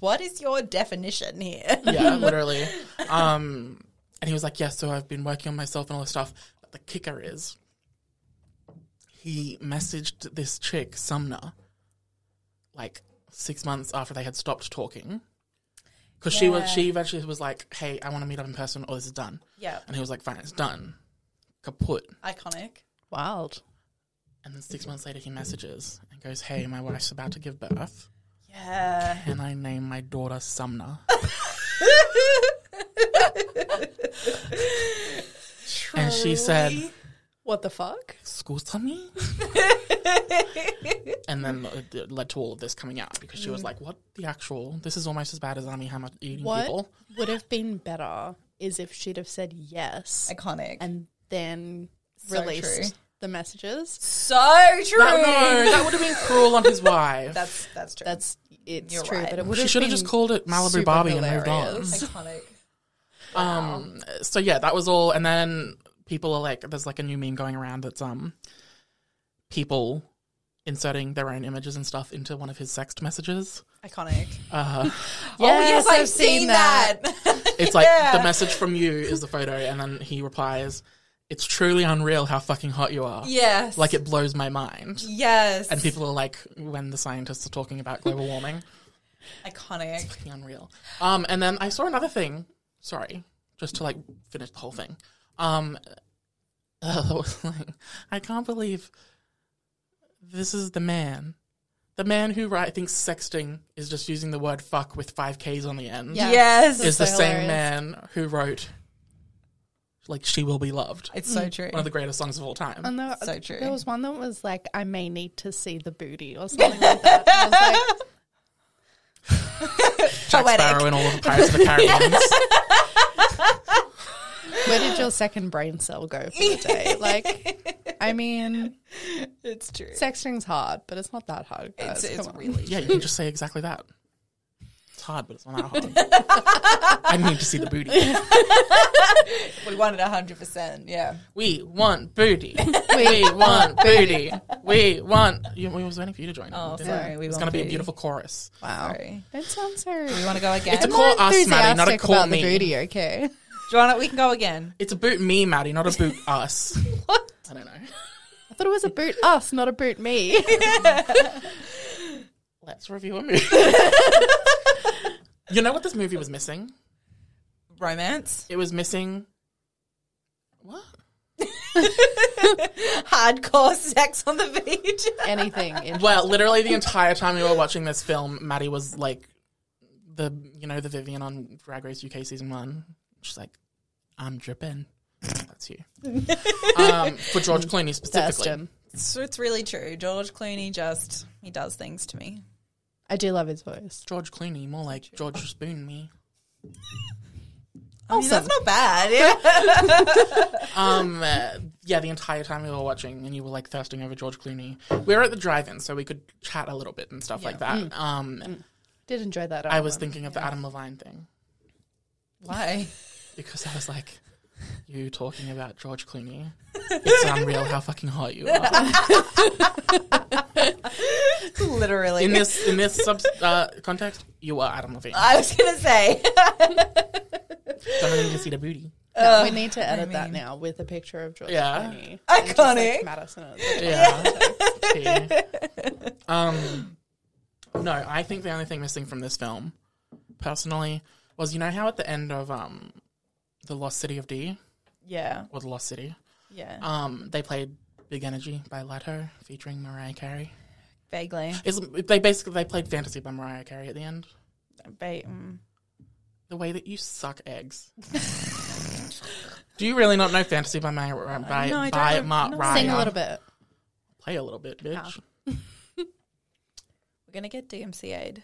what is your definition here? Yeah, literally. Um, and he was like, Yeah, so I've been working on myself and all this stuff. But the kicker is, he messaged this chick, Sumner, like six months after they had stopped talking. Because she was, she eventually was like, "Hey, I want to meet up in person, or this is done." Yeah. and he was like, "Fine, it's done, kaput." Iconic. Wild. And then six months later, he messages and goes, "Hey, my wife's about to give birth. Yeah. Can I name my daughter Sumner?" and she said, What the fuck? excuse me? and then it- it led to all of this coming out because she was like, what the actual? This is almost as bad as Army Hammer eating What people. would have been better is if she'd have said yes Iconic. and then So released true. the messages. so true. That, no, that would have been cruel on his wife. That's that's true. That's it's You're true, right. but it would she have should have been just called it Malibu super Barbie and moved hilarious. on. iconic. Um, so yeah, that was all. And then people are like, there's like a new meme going around that's um, people inserting their own images and stuff into one of his sext messages. Iconic. Uh, Oh, yes, I've seen It's like Yeah. the message from you is the photo, and then he replies, "It's truly unreal how fucking hot you are. yes. Like it blows my mind." Yes. And people are like, when the scientists are talking about global warming, iconic. fucking unreal. Um, and then I saw another thing. Sorry, just to like finish the whole thing. Um, uh, that was like, I can't believe this is the man, the man who right, thinks sexting is just using the word fuck with five k's on the end Yeah. Yes. is the so same hilarious. man who wrote like She Will Be Loved. It's so true. One of the greatest songs of all time. Um, And there, So true. There was one that was like, I may need to see the booty or something like that. And I was like, Jack poetic. Sparrow and all of the Pirates of the Caribbean. where did your second brain cell go for the day? Like, I mean, It's true. sexting's hard, but it's not that hard. It's, Guys. it's Come on. really yeah, you can just say exactly that. It's hard, but it's not that hard. I need to see the booty. We wanted 100%. Yeah. We want booty. We want booty. We want. You, we was waiting for you to join. in. Oh, Didn't we? sorry. We It's want gonna be a booty. beautiful chorus. Wow. Sorry. That sounds so. Do you want to go again? It's a call us, Maddie, not a call about me. the booty, okay? Do you want to, we can go again. It's a boot me, Maddie, not a boot us. What? I don't know. I thought it was a boot us, not a boot me. Let's review a movie. you know what this movie was missing? Romance? It was missing. What? Hardcore sex on the beach? Anything. In- Well, literally the entire time we were watching this film, Maddie was like the you know the Vivian on Drag Race UK season one. She's like, I'm dripping. That's you. um, for George Clooney specifically. Thurston. it's, it's really true. George Clooney just, he does things to me. I do love his voice. George Clooney, more like George Spoon me. I mean, Oh, that's not bad. Yeah. Um, uh, yeah, the entire time we were watching, and you were like thirsting over George Clooney. We were at the drive-in, so we could chat a little bit and stuff like that. Um, Did enjoy that. I was album. thinking of the Adam Levine thing Why? because I was like, you talking about George Clooney? It's unreal how fucking hot you are. Literally. in this in this sub- uh, context, you are Adam Levine. I was going to say. Don't even see the booty. we need to edit that now with a picture of George Yeah. Clooney. Iconic. Madison. Yeah. Okay. um, no, I think the only thing missing from this film, personally, was you know how at the end of um, the Lost City of D yeah. or the Lost City, Yeah. um, they played Big Energy by Leto featuring Mariah Carey. Vaguely. Is they basically they played Fantasy by Mariah Carey at the end. Ba- mm. The way that you suck eggs. Do you really not know Fantasy by Mar- by, No, I by don't. Mark Ryan? Sing a little bit. Play a little bit, bitch. We're going to get DMCA'd.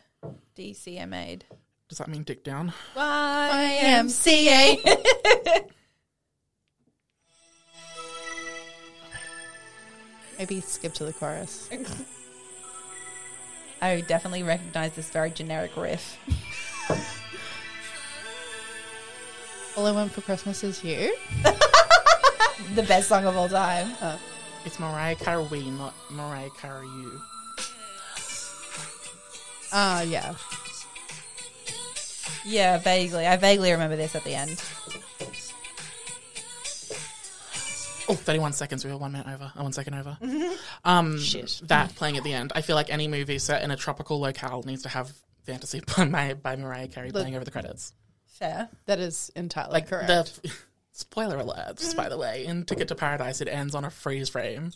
DCMA'd. Does that mean dick down? YMCA. Maybe skip to the chorus. I definitely recognize this very generic riff. All I want for Christmas is you. The best song of all time. It's Mariah Carey, not Mariah Carey. You. Ah, yeah. Yeah, vaguely. I vaguely remember this at the end. Oh, 31 seconds. We were one minute over. Oh, one second over. Um, Shit. That playing at the end. I feel like any movie set in a tropical locale needs to have Fantasy by, my, by Mariah Carey playing over the credits. Fair. That is entirely Like correct. the spoiler alerts, by the way, in Ticket to Paradise, it ends on a freeze frame.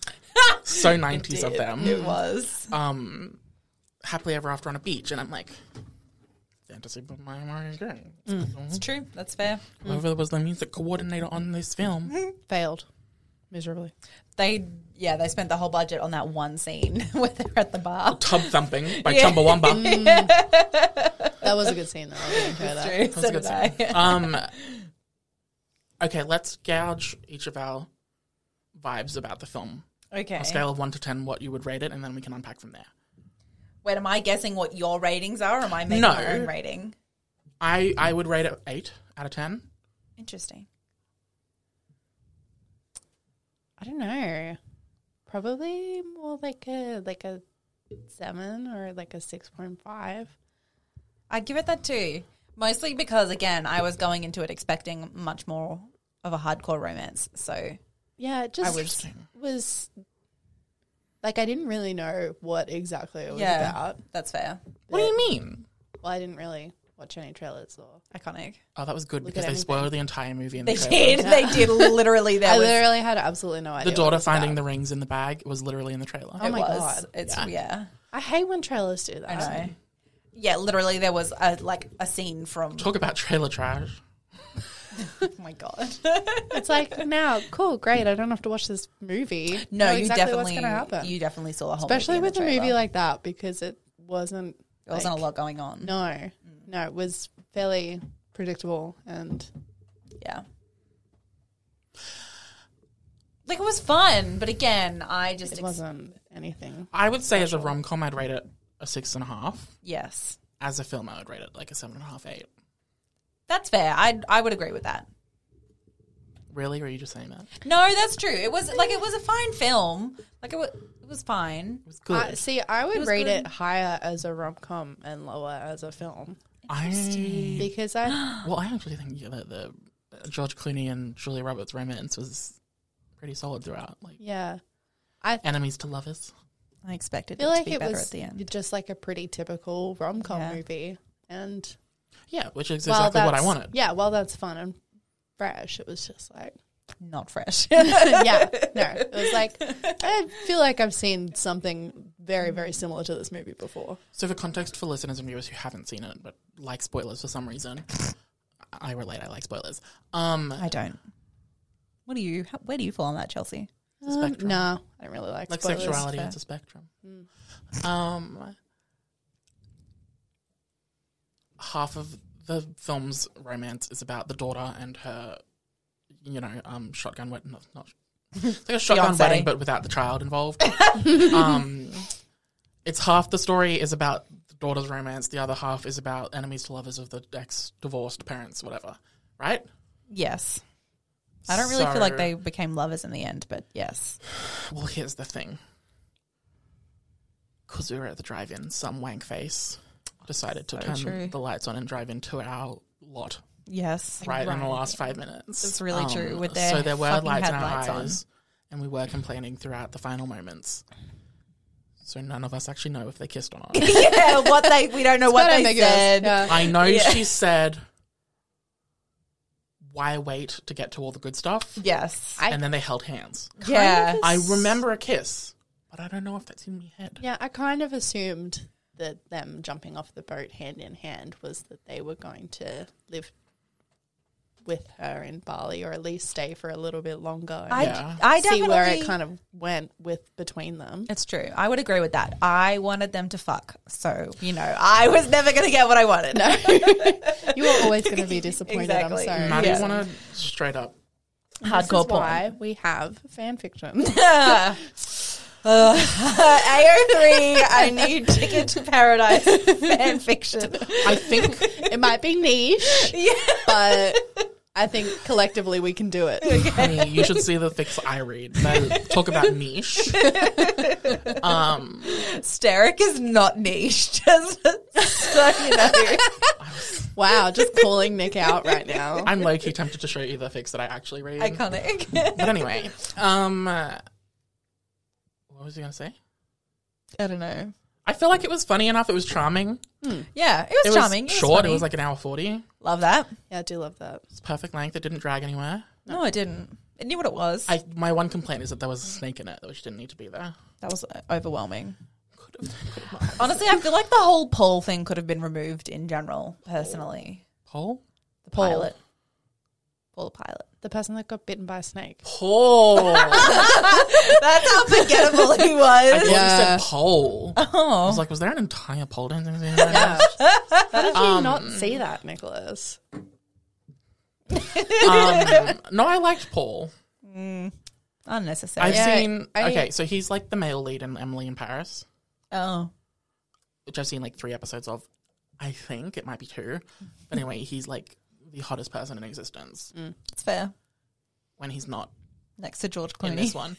so 90s of them. It was. um, happily ever after on a beach, and I'm like, fantasy by Mariah Carey. It's true. That's fair. Whoever was the music coordinator on this film, Failed miserably. They, yeah, they spent the whole budget on that one scene where they're at the bar. Tub Thumping by Chumbawamba. That was a good scene though. I really enjoy that. True. So did I. um, okay, let's gouge each of our vibes about the film. Okay. A scale of one to ten, what you would rate it, and then we can unpack from there. Wait, am I guessing what your ratings are? Or am I making No. my own rating? I I would rate it eight out of ten. Interesting. I don't know. Probably more like a like a seven or like a six point five. I'd give it that too. Mostly because, again, I was going into it expecting much more of a hardcore romance. So, Yeah, it just was- was, like I didn't really know what exactly it was yeah, about. that's fair. What do you mean? Well, I didn't really watch any trailers or Iconic. Oh, that was good because at they everything. spoiled the entire movie. In They the trailer. did. They did. Literally, there I was. literally had absolutely no idea. The what daughter it was finding about. the rings in the bag was literally in the trailer. Oh my was. god. It's yeah. yeah. I hate when trailers do that. I know. Oh Yeah, literally, there was a like a scene from Talk about trailer trash. Oh my god. It's like now, cool, great. I don't have to watch this movie. No, Know you exactly definitely what's going to happen, you definitely saw the whole especially movie in with the a movie trailer. like that because it wasn't. there wasn't like- a lot going on. No, no, it was fairly predictable and Yeah. Like it was fun, but again, I just it ex- wasn't anything. I would say as a rom com, I'd rate it a six and a half. yes. As a film, I would rate it like a seven and a half, eight. That's fair. I I would agree with that. Really? Were you just saying that? No, that's true. It was like it was a fine film. Like it was, it was fine. It was good. I- see, I would was rate good. it higher as a rom com and lower as a film I because I Well, I actually think yeah, that the uh, George Clooney and Julia Roberts romance was pretty solid throughout. Like yeah, I enemies to lovers. I expected feel it like to be it better was at the end. just like a pretty typical rom com Yeah. movie and Yeah, which is while exactly what I that's- wanted. Yeah, well, that's fun and fresh. It was just like Not fresh. yeah, no, it was like I feel like I've seen something very very similar to this movie before. So for context for listeners and viewers who haven't seen it but like spoilers for some reason, I relate. I like spoilers. Um, I don't. What do you? How, where do you fall on that, Chelsea? a spectrum. nah, I don't really like, like spoilers. sexuality, fair. Mm. it's a spectrum. Um, half of the film's romance is about the daughter and her, you know, um, shotgun wedding. Not, not it's like a shotgun Fiancé. wedding, but without the child involved. um, it's half the story is about the daughter's romance. The other half is about enemies to lovers of the ex-divorced parents, whatever. Right? Yes. I don't really feel like So- they became lovers in the end, but yes. Well, here's the thing. Because we were at the drive-in, some wank face decided to turn true. the lights on and drive into our lot Yes. right, in the last five minutes. Um, It's really true, with their so there were fucking lights in our headlights on. eyes, and we were complaining throughout the final moments. So none of us actually know if they kissed or not. yeah, what they we don't know what Quite they ambiguous, said. yeah. I know she said, "Why wait to get to all the good stuff?" Yes. I- and then they held hands. yeah. I remember a kiss, but I don't know if that's in my head. Yeah, I kind of assumed that them jumping off the boat hand in hand was that they were going to live with her in Bali or at least stay for a little bit longer. And I, Yeah. I definitely see where it kind of went with between them. It's true. I would agree with that. I wanted them to fuck. So, you know, I was never going to get what I wanted. No. You are always going to be disappointed. Exactly. I'm sorry. Maddie Yeah. want to straight up This is Hardcore porn. why we have fan fiction. AO3, Uh, I need Ticket to Paradise fan fiction. I think it might be niche, but I think collectively we can do it. Honey, you should see the fix I read. They talk about niche. Um, Steric is not niche. Just so you know. Wow, just calling Nick out right now. I'm low key tempted to show you the fix that I actually read. Iconic. But anyway, um, uh, what was he gonna say? I don't know. I feel like it was funny enough. It was charming. Yeah, it It was was charming. short. funny. it was like an hour forty. love that. Yeah, I do love that. It's perfect length. It didn't drag anywhere. No, I didn't. It knew what it was. I my one complaint is that there was a snake in it, which didn't need to be there. that was overwhelming. Honestly, I feel like the whole poll thing could have been removed in general. Personally, Paul. the pilot, poll pilot. The person that got bitten by a snake. Paul. I That's how forgettable he thought was. you said Paul. I was like, was there an entire Paul? Oh. Yeah. How did you not see that, Nicholas? um, no, I liked Paul. Unnecessary. I've Yeah, seen. I- okay, so he's like the male lead in Emily in Paris, oh, which I've seen like three episodes of. I think it might be two. But anyway, he's like the hottest person in existence it's fair. when when he's not Next to George in this Clooney, one.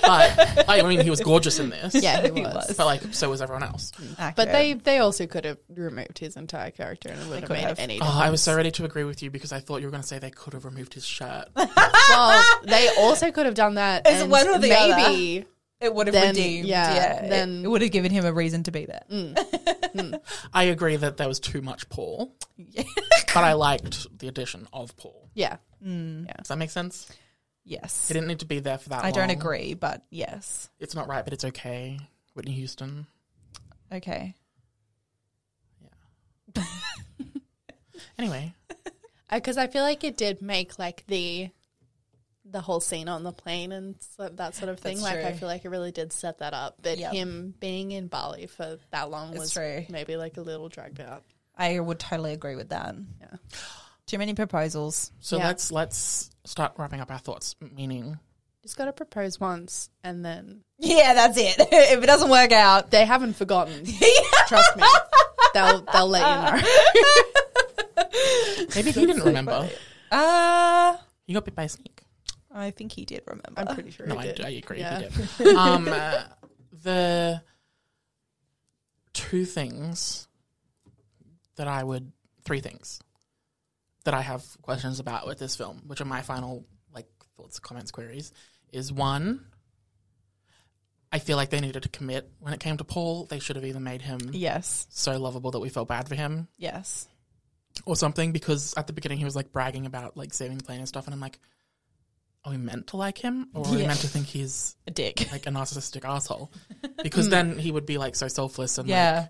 But I mean, he was gorgeous in this. Yeah, he was. But like, so was everyone else. Mm. But they, they also could have removed his entire character and it wouldn't have made any Oh, difference. I was so ready to agree with you because I thought you were going to say they could have removed his shirt. well, they also could have done that. Ah! It's and one or the maybe it would have Then- redeemed. Yeah, Mm. yeah, it- then- it, would have given him a reason to be there. I agree that there was too much Paul, but I liked the addition of Paul. Yeah. Does that make sense? Yes, He didn't need to be there for that I don't long. agree, but yes. It's not right, but it's okay. Whitney Houston. Okay. Anyway, because Uh, I feel like it did make like the the whole scene on the plane and so, that sort of thing. That's like I true. feel like it really did set that up. But Yep. him being in Bali for that long was true. maybe like a little dragged out. I would totally agree with that. Yeah. Too many proposals. So Yeah. let's let's start wrapping up our thoughts. Meaning, Just got to propose once and then Yeah, that's it. if it doesn't work out, they haven't forgotten. Trust me, they'll they'll let you know. maybe he didn't remember. uh, He got bit by a snake. I think he did remember. I'm pretty sure. No, he I, did. I agree. Yeah. He did. Um, uh, the two things that I would, three things that I have questions about with this film, which are my final like thoughts, comments, queries, is one. I feel like they needed to commit when it came to Paul. They should have either made him yes, so lovable that we felt bad for him, yes. or something because at the beginning he was like bragging about like saving the plane and stuff and I'm like are we meant to like him or are we Yeah. meant to think he's A dick. like a narcissistic asshole because then he would be like so selfless and like Yeah,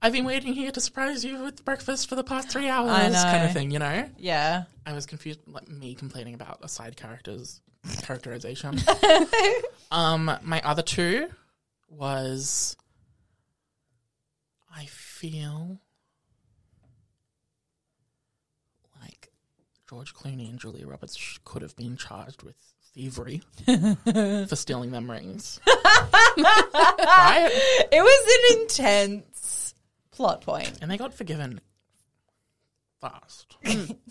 I've been waiting here to surprise you with breakfast for the past 3 hours I know. kind of thing you know yeah. I was confused like me complaining about a side character's characterization um my other two was I feel like George Clooney and Julia Roberts sh- could have been charged with thievery for stealing them rings. right? It was an intense plot point. And they got forgiven fast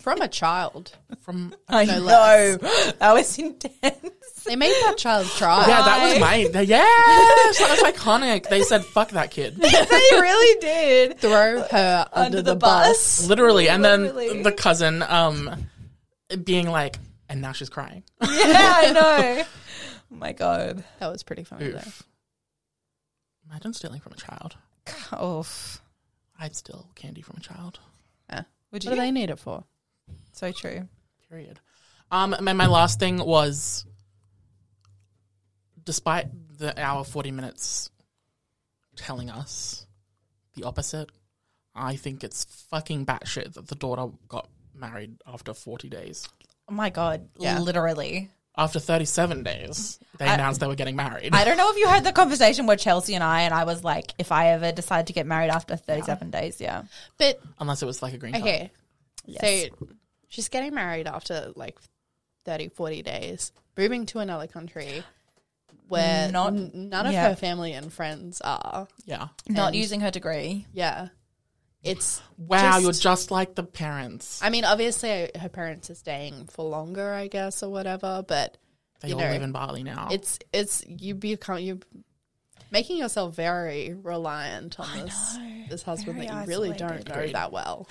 From a child, from I No know that was intense. they made that child cry. yeah, that was my yes, that was iconic. They said "fuck that kid," they really did. Throw her under, the, bus. literally, and Literally. then the cousin um being like, and now she's crying. Yeah, I know. oh my god. That was pretty funny though. Oof. Imagine stealing from a child. Oof. I'd steal candy from a child. Yeah. Would What do you? they need it for? So true. Period. Um, and my last thing was, despite the hour forty minutes telling us the opposite, I think it's fucking batshit that the daughter got married after forty days. Oh my god. Yeah. Literally. After thirty-seven days, they I- announced they were getting married. I don't know if you heard the conversation where Chelsea and I and I was like, if I ever decide to get married after 37 days, yeah. But Unless it was like a green card. okay, Oh. Yes. so she's getting married after like 30, 40 days, moving to another country where Not- n- none of yeah. her family and friends are. Yeah. Not And- using her degree. Yeah, it's Wow, Just- you're just like the parents. I mean, obviously her parents are staying for longer, I guess, or whatever. But They you all know, live in Bali now. it's it's you become you making yourself very reliant on this this husband Very that you really isolated. don't know that well.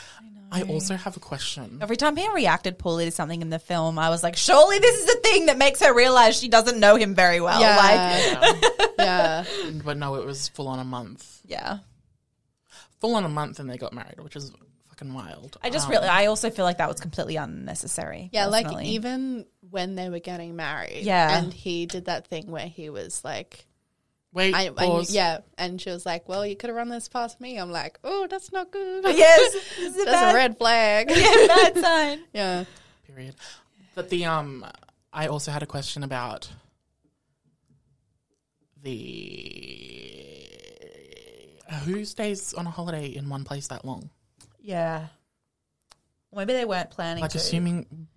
I also have a question. Every time he reacted poorly to something in the film, I was like, surely this is the thing that makes her realize she doesn't know him very well. Yeah. Oh, Like, yeah, But no, it was full on a month. yeah. Full on a month and they got married, which is fucking wild. I just Um, really, I also feel like that was completely unnecessary. yeah. Like personally. even when they were getting married, Yeah. and he did that thing where he was like. Wait, I, I pause. yeah, and she was like, "Well, you could have run this past me." I'm like, "Oh, that's not good. Yes. This is a that's bad, a red flag." bad sign. yeah, Period. But the um I also had a question about the who stays on a holiday in one place that long? Yeah. Maybe they weren't planning Like to. assuming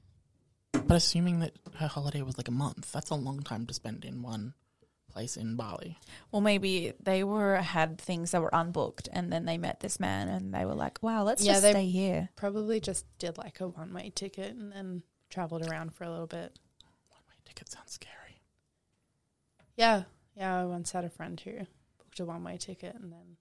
but assuming that her holiday was like a month, that's a long time to spend in one place in Bali. Well, maybe they were had things that were unbooked, and then they met this man, and they were like, "Wow, let's Yeah, just they- stay here." probably just did like a one way ticket and then traveled around for a little bit. One way ticket sounds scary. Yeah, yeah. I once had a friend who booked a one way ticket and then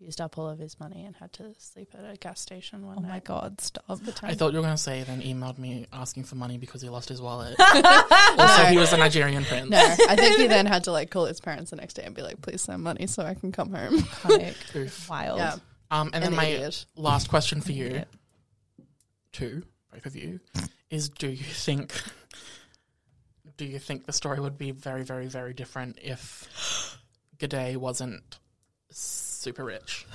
used up all of his money and had to sleep at a gas station one Oh night. my god, stop! I thought you were going to say then emailed me asking for money because he lost his wallet. also, he was a Nigerian prince. No, I think he then had to like call his parents the next day and be like, "Please send money so I can come home." Iconic. Oof. Wild. yeah, Um, and then An my idiot. last question for you, two, both of you, is: Do you think? Do you think the story would be very, very, very different if G'day wasn't super Mm. Mm. rich?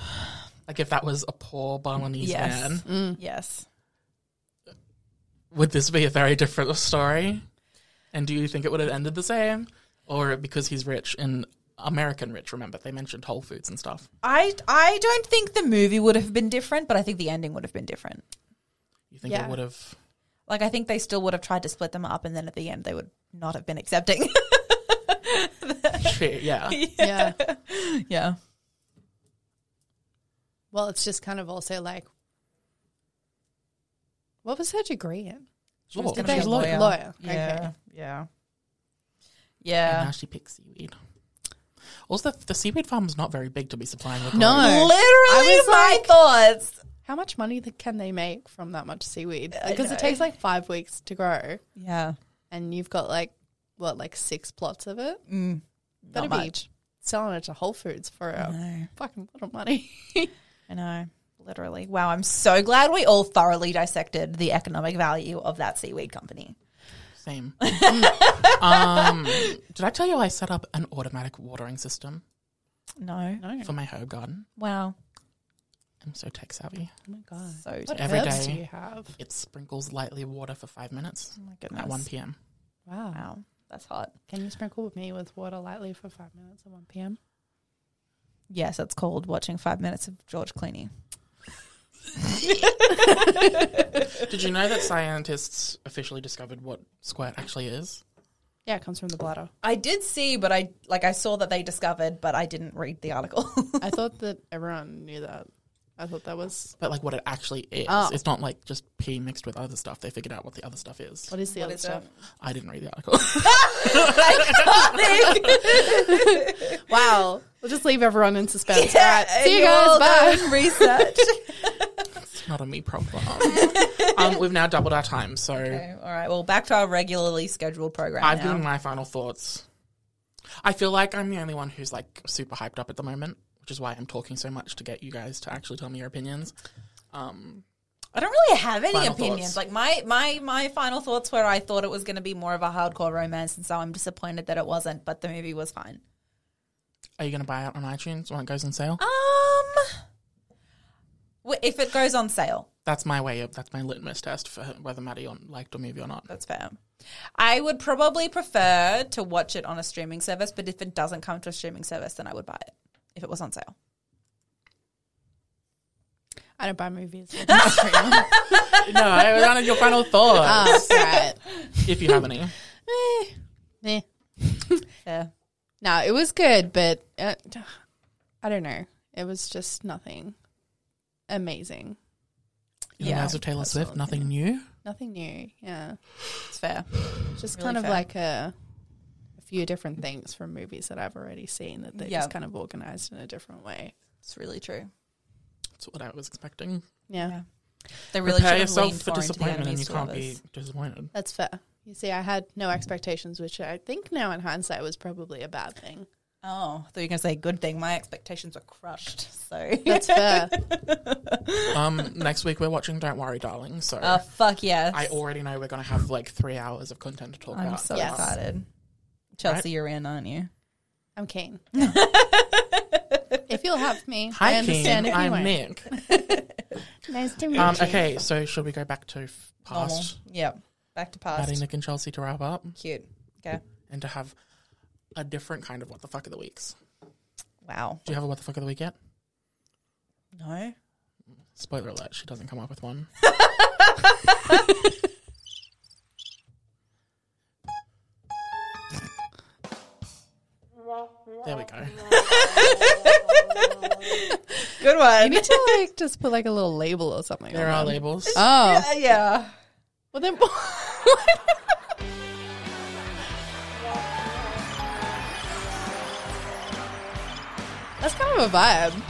Like if that was a poor Balinese Yes. man Yes. would this be a very different story? And do you think it would have ended the same? Or because he's rich and American rich, remember, they mentioned Whole Foods and stuff. I I don't think the movie would have been different, but I think the ending would have been different. You think Yeah. it would have. Like I think they still would have tried to split them up, and then at the end they would not have been accepting. yeah. Yeah. yeah. Well, it's just kind of also like, what was her degree in? Law. Did gonna they be a law- lawyer. lawyer? Yeah. Yeah. And now Yeah. she picks seaweed. Also, the, the seaweed farm is not very big to be supplying with No. oil. Literally I was my like- thoughts. How much money th- can they make from that much seaweed? Because it takes like five weeks to grow, Yeah. and you've got like what, like six plots of it. Mm, Better not be selling it to Whole Foods for a fucking lot of money. I know. Literally. Wow. I'm so glad we all thoroughly dissected the economic value of that seaweed company. Same. um, did I tell you I set up an automatic watering system No. for my herb garden? Wow. I'm so tech savvy. oh my god! So What every herbs day. do you have? It sprinkles lightly water for five minutes Oh my at 1 p.m. Wow. Wow. That's hot. Can you sprinkle with me with water lightly for five minutes at one p.m.? Yes, it's called watching five minutes of George Clooney. Did you know that scientists officially discovered what squirt actually is? Yeah, it comes from the bladder. I did see, but I like I saw that they discovered, but I didn't read the article. I thought that everyone knew that. I thought that was But like what it actually is. Oh. It's not like just pee mixed with other stuff. They figured out what the other stuff is. what is the What other is stuff? I didn't read the article. Wow, we'll just leave everyone in suspense. All right, see you You're all guys. Bye. done Research. it's not a me problem. um, we've now doubled our time, so Okay, all right. Well, back to our regularly scheduled program. I've now. given my final thoughts. I feel like I'm the only one who's like super hyped up at the moment, which is why I'm talking so much to get you guys to actually tell me your opinions. Um, I don't really have any Final opinions. thoughts. Like my my my final thoughts were I thought it was going to be more of a hardcore romance, and so I'm disappointed that it wasn't. But the movie was fine. are you going to buy it on iTunes when it goes on sale? Um, w- if it goes on sale, That's my way up. That's my litmus test for whether Maddie on, liked a movie or not. that's fair. I would probably prefer to watch it on a streaming service, but if it doesn't come to a streaming service, then I would buy it if it was on sale. I don't buy movies. no, I wanted your final Ah. thoughts oh, right. if you have any. Meh. Yeah. No, it was good, but uh, I don't know. It was just nothing amazing. In Yeah, the words of Taylor Swift, nothing new. Nothing new. Yeah. It's fair. Just Really kind of fair. like a, a few different things from movies that I've already seen that they Yeah. just kind of organized in a different way. It's really true. That's what I was expecting. Yeah. Yeah. They really Prepare should have yourself leaned for more into the disappointment, and enemies you to can't be lovers. disappointed. That's fair. You see, I had no expectations, which I think now in hindsight was probably a bad thing. Oh, I thought you were going to say good thing. My expectations were crushed. So, That's fair. Um, next week we're watching Don't Worry, Darling. So oh fuck yes, I already know we're going to have like three hours of content to talk I'm about. so Yes. excited. Chelsea, you're in, aren't you? I'm keen. if you'll have me, I Hi, Keen. understand Uh, if you I'm won't. Nick. Nice to meet Um, you. okay, so should we go back to f- past Yep. Back to past. Maddie, Nick, and Chelsea to wrap up Cute. Okay. and to have a different kind of what the fuck of the weeks? Wow. Do you have a what the fuck of the week yet? No. Spoiler alert: she doesn't come up with one. there we go. Good You one. need to like just put like a little label or something. There on are them. labels. Oh, yeah. well then. That's kind of a vibe.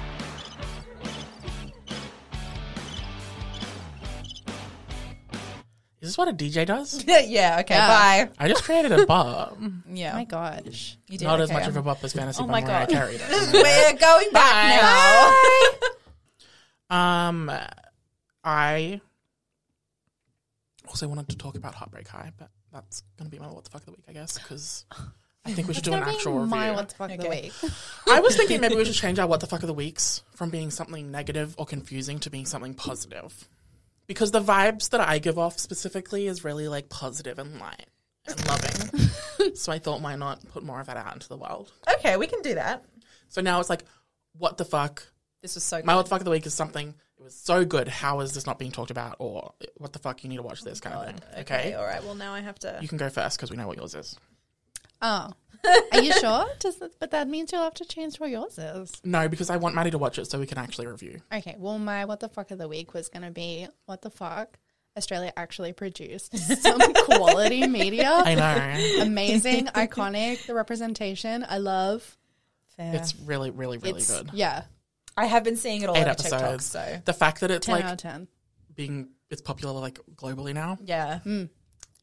Is this what a DJ does? yeah. Okay. Yeah. Bye. I just created a bar. Yeah. Oh my gosh. you did. Not as okay, much of a I'm- bop as Fantasy Oh by my Mariah God. Carey. though. We're going back now. um, I also wanted to talk about Heartbreak High, but that's going to be my what the fuck of the week, I guess, because I think we should do an Gonna be actual review. my what the fuck of the Okay. week. I was thinking maybe we should change our what the fuck of the weeks from being something negative or confusing to being something positive. because the vibes that I give off specifically is really like positive and light and loving. so I thought, why not put more of that out into the world? Okay, we can do that. So now it's like, what the fuck? This was so good. My what the fuck of the week is something. It was so good. How is this not being talked about? Or what the fuck? You need to watch this kind of thing. Okay. all right. Well, now I have to. You can go first because we know what yours is. Oh. Are you sure? Does that, but that means you'll have to change what yours is. No, because I want Maddie to watch it so we can actually review. Okay, well, my what the fuck of the week was going to be what the fuck Australia actually produced some quality media. I know. Amazing, iconic, the representation. I love. Fair. It's really, really, really It's- good. Yeah, I have been seeing it all Eight over episodes. TikTok. So The fact that it's 10 like out of 10. being it's popular like globally now yeah,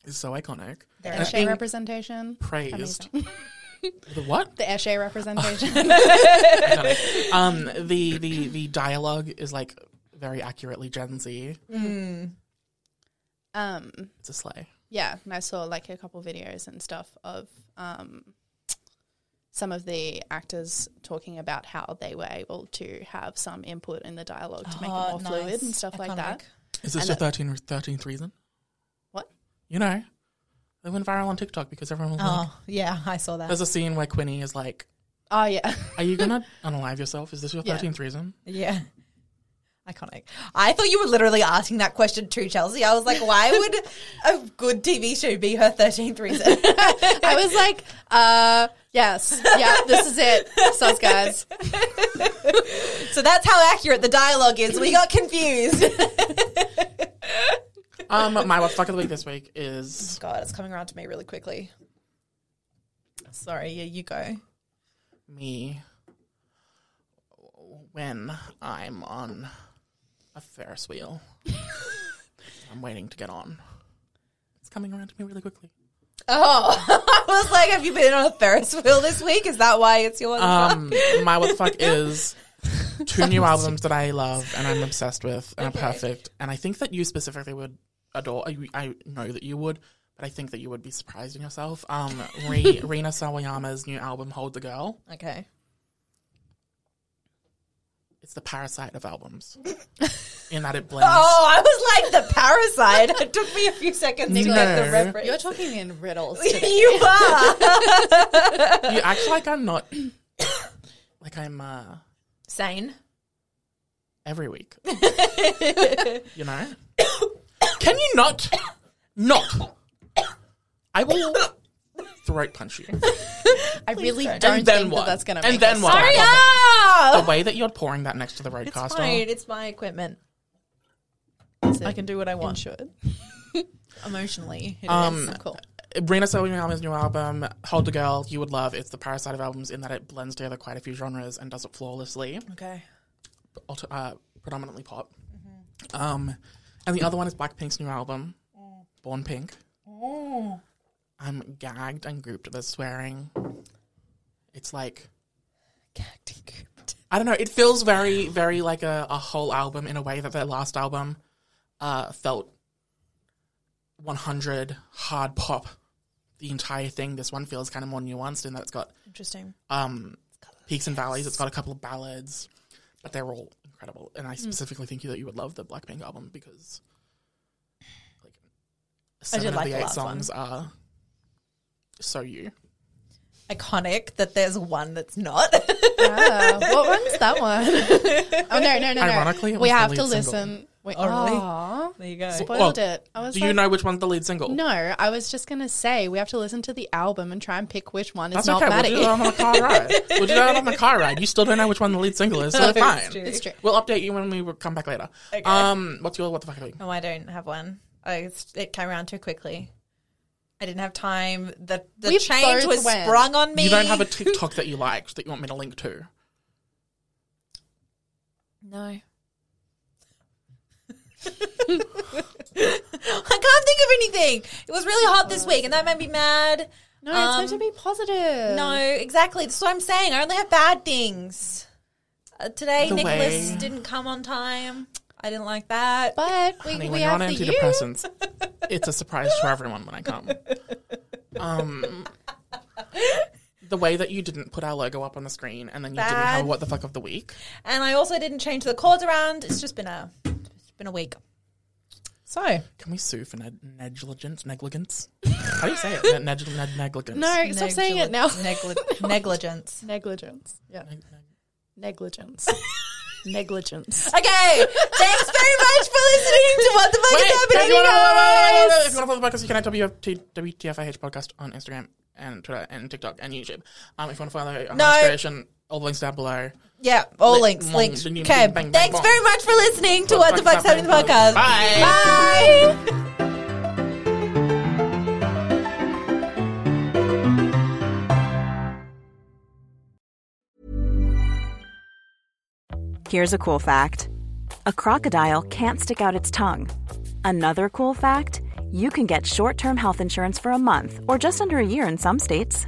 is so iconic. The And it's Eshe being representation. praised. the what? The Eshe representation. um, the the the dialogue is like very accurately Gen Z. Hmm. um, It's a slay. yeah, and I saw like a couple videos and stuff of um, some of the actors talking about how they were able to have some input in the dialogue to make it Oh, more fluid nice. and stuff like that. Iconic. Is this And your 13, the- 13th reason? What? You know, they went viral on TikTok because everyone was like, Oh yeah, I saw that. there's a scene where Quinny is like, Oh yeah, Are you gonna unalive yourself? Is this your Yeah. 13th reason? Yeah. Iconic. I thought you were literally asking that question to Chelsea. I was like, why would a good TV show be her 13th reason? I was like, uh, yes, yeah, this is it, sus guys. so that's how accurate the dialogue is. We got confused. Um, my what the fuck of the week this week is God, it's coming around to me really quickly. Sorry, yeah, you go. me when I'm on a Ferris wheel. I'm waiting to get on. It's coming around to me really quickly. Oh, I was like, have you been on a Ferris wheel this week? Is that why it's yours? Uh, Um, my what the fuck is two new albums that I love and I'm obsessed with and are perfect. And I think that you specifically would adore. I, I know that you would, but I think that you would be surprised in yourself. Um, Re, Rina Sawayama's new album, Hold the Girl. okay. It's the parasite of albums, in that it blends. Oh, I was like the parasite. It took me a few seconds to get No. the reference. You're talking in riddles. you are You act like I'm not. Like I'm uh, sane. every week. you know? Can you not? Not. I will throat punch you. I really don't And then think what? that that's gonna. And make then us what? stop. Hurry Ah! uh. The way that you're pouring that next to the roadcaster. It's fine. It's my equipment. I can do what I want. Should. Emotionally, it Um, Oh, is. cool. Brina Sawayama's new album, Hold the Girl, you would love. It's the parasite of albums in that it blends together quite a few genres and does it flawlessly, Okay. alter- uh, predominantly pop. Um, and the other one is Blackpink's new album, Born Pink. I'm gagged and grouped. There's swearing. It's like I don't know. It feels very, very like a, a whole album in a way that their last album uh, felt 100 hard pop. The entire thing. This one feels kind of more nuanced in that it's got Interesting. um, peaks and valleys. It's got a couple of ballads, but they're all incredible. And I Hmm. specifically think that you would love the Blackpink album because like seven of like the the eight last songs are so you. Iconic that there's one that's not. Ah, what one's that one? Oh no no no! no. Ironically, it we was the have to lead single. listen. Wait, Oh, really? aw, there you go. spoiled it. I was. Do like, you know which one's the lead single? No, I was just gonna say we have to listen to the album and try and pick which one is That's not okay. Maddie. We'll do um, that on the car ride. We'll do that on the car ride. You still don't know which one the lead single is, so That's fine. true. It's true. We'll update you when we will come back later. Um, what's your what the fuck? Are we? No, Oh, I don't have one. I, it came around too quickly. I didn't have time. The the We change both was went. sprung on me. You don't have a TikTok that you liked that you want me to link to. no. I can't think of anything. It was really hot this week, and that made me mad. no, it's meant to be positive. No, exactly. That's what I'm saying. I only have bad things. Uh, today, The Nicholas way- didn't come on time. I didn't like that. but we, Honey, we when you're have on the you. antidepressants, it's a surprise to everyone when I come. Um, the way that you didn't put our logo up on the screen and then you didn't have Bad. a what the fuck of the week. and I also didn't change the chords around. It's just been a, it's been a week. So Can we sue for neg- negligence? Negligence? How do you say it? Ne- neg- neg- negligence. No, stop saying it now. negli- negli- negligence. negligence. Yeah. Neg- neg- Negligence. negligence. Okay, thanks very much for listening to What the Fuck Wait, is if you Happening, wanna- guys. If you want to follow the podcast, you can at WFT, WTFIH podcast on Instagram and Twitter and TikTok and YouTube. Um, if you want to follow our No. inspiration, all the links down below. Yeah, all Lick, links, mong, links. ding, ding, Okay, bing, bang, thanks bang, very bong. much for listening to What the Fuck's Happening the podcast. Bye. Bye. Here's a cool fact a crocodile can't stick out its tongue. Another cool fact you can get short term health insurance for a month or just under a year in some states.